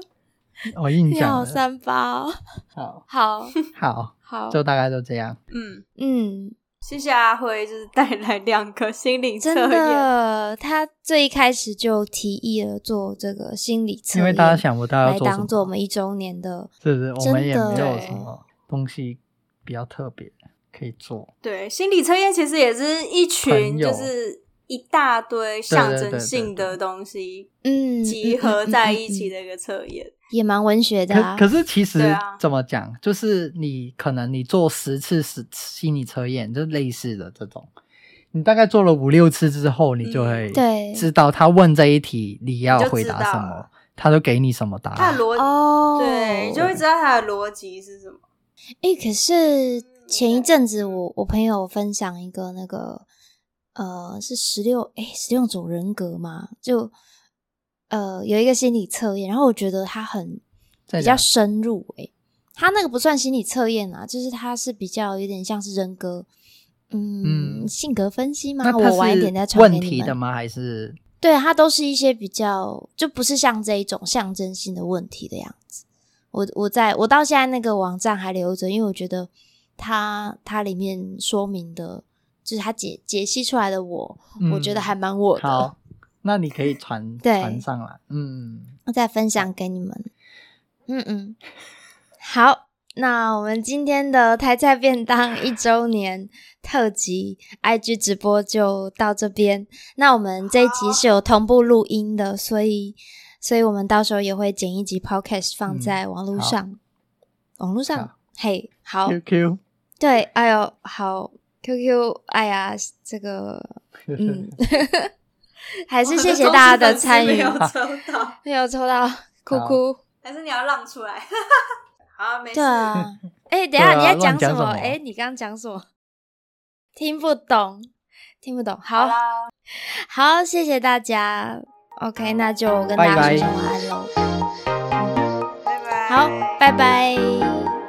[SPEAKER 2] 我印
[SPEAKER 1] 你好
[SPEAKER 2] 象了
[SPEAKER 1] 三八哦，
[SPEAKER 2] 好
[SPEAKER 1] 好
[SPEAKER 2] 好，
[SPEAKER 1] 好，
[SPEAKER 2] 就大概就这样，
[SPEAKER 3] 嗯，
[SPEAKER 1] 嗯，
[SPEAKER 3] 谢谢阿辉，就是带来两个心理测
[SPEAKER 1] 真
[SPEAKER 3] 验。
[SPEAKER 1] 的，他最一开始就提议了做这个心理测
[SPEAKER 2] 因
[SPEAKER 1] 验，
[SPEAKER 2] 为大家想不到要
[SPEAKER 1] 来
[SPEAKER 2] 做什
[SPEAKER 1] 当
[SPEAKER 2] 么，
[SPEAKER 1] 做我们一周年的，
[SPEAKER 2] 是不是？我们也
[SPEAKER 1] 真的欸
[SPEAKER 2] 没有
[SPEAKER 3] 对
[SPEAKER 2] 什么东西比较特别可以做。
[SPEAKER 3] 对，心理测验其实也是一群，
[SPEAKER 2] 朋友
[SPEAKER 3] 就是一大堆象
[SPEAKER 2] 对对
[SPEAKER 3] 征
[SPEAKER 2] 对
[SPEAKER 3] 性
[SPEAKER 2] 对
[SPEAKER 3] 的东西
[SPEAKER 1] 嗯，
[SPEAKER 3] 集
[SPEAKER 1] 嗯
[SPEAKER 3] 合在
[SPEAKER 1] 嗯
[SPEAKER 3] 一，
[SPEAKER 1] 嗯嗯
[SPEAKER 3] 起
[SPEAKER 1] 嗯
[SPEAKER 3] 的一个测验。
[SPEAKER 1] 也蛮文学的啊
[SPEAKER 2] 可可。是其
[SPEAKER 3] 对
[SPEAKER 2] 实
[SPEAKER 3] 啊
[SPEAKER 2] 怎么讲，就是你可能你做十次十心理测验，就类似的这种，你大概做了五六次之后，你就会
[SPEAKER 3] 嗯
[SPEAKER 1] 对
[SPEAKER 2] 知道他问这一题你要
[SPEAKER 3] 你就
[SPEAKER 2] 回
[SPEAKER 3] 知
[SPEAKER 2] 答
[SPEAKER 3] 道
[SPEAKER 2] 什
[SPEAKER 3] 了
[SPEAKER 2] 么，他就给你什么答
[SPEAKER 3] 它
[SPEAKER 2] 案
[SPEAKER 3] 的。逻
[SPEAKER 1] 哦，
[SPEAKER 3] 对，你就会知道它的逻辑是什么。
[SPEAKER 1] 诶，可是前一阵子我我朋友分享一个那个呃是十六诶十六种人格嘛，就呃有一个心理测验，然后我觉得它很
[SPEAKER 2] 在
[SPEAKER 1] 比较
[SPEAKER 2] 哪
[SPEAKER 1] 深入诶、它那个不算心理测验啊，就是它是比较有点像是人格嗯
[SPEAKER 2] 嗯
[SPEAKER 1] 性格分析嘛，
[SPEAKER 2] 那
[SPEAKER 1] 我晚一点
[SPEAKER 2] 他
[SPEAKER 1] 再
[SPEAKER 2] 是
[SPEAKER 1] 传
[SPEAKER 2] 问
[SPEAKER 1] 给
[SPEAKER 2] 题
[SPEAKER 1] 你
[SPEAKER 2] 的
[SPEAKER 1] 们。
[SPEAKER 2] 吗？还是
[SPEAKER 1] 对，它都是一些比较就不是像这一种象征性的问题的样子。我我在我到现在那个网站还留着，因为我觉得它它里面说明的，就是它解解析出来的我，我觉得
[SPEAKER 2] 嗯
[SPEAKER 1] 还蛮我的。
[SPEAKER 2] 好那你可以传
[SPEAKER 1] 对
[SPEAKER 2] 传上来，嗯，
[SPEAKER 1] 我再分享给你们。嗯嗯，好，那我们今天的台菜便当一周年特辑 IG 直播就到这边。那我们这一集是有同步录音的，所以所以我们到时候也会剪一集 podcast 放在网络上，网络上
[SPEAKER 2] 好。
[SPEAKER 1] 嘿好，
[SPEAKER 2] ，QQ，
[SPEAKER 1] 对，哎呦，好，QQ，哎呀，这个，嗯， 还
[SPEAKER 3] 哦
[SPEAKER 1] 是谢谢大家的参
[SPEAKER 3] 没
[SPEAKER 1] 与
[SPEAKER 3] 有，抽到，
[SPEAKER 1] 没有抽到，哭
[SPEAKER 2] 好
[SPEAKER 1] 哭。
[SPEAKER 3] 还是你要让出来？ 好，没事
[SPEAKER 1] 对。 啊，哎、等一下、
[SPEAKER 2] 对啊
[SPEAKER 1] 你在讲
[SPEAKER 2] 乱讲
[SPEAKER 1] 什么？
[SPEAKER 2] 什么
[SPEAKER 1] 哎、你刚刚讲什么？听不懂，听不懂。好，
[SPEAKER 3] 好
[SPEAKER 1] 好
[SPEAKER 3] 啦，
[SPEAKER 1] 谢谢大家。OK，那就跟
[SPEAKER 2] 拜
[SPEAKER 1] 大家
[SPEAKER 2] 拜
[SPEAKER 1] 说声晚安喽。
[SPEAKER 3] 拜拜。
[SPEAKER 1] 好，拜拜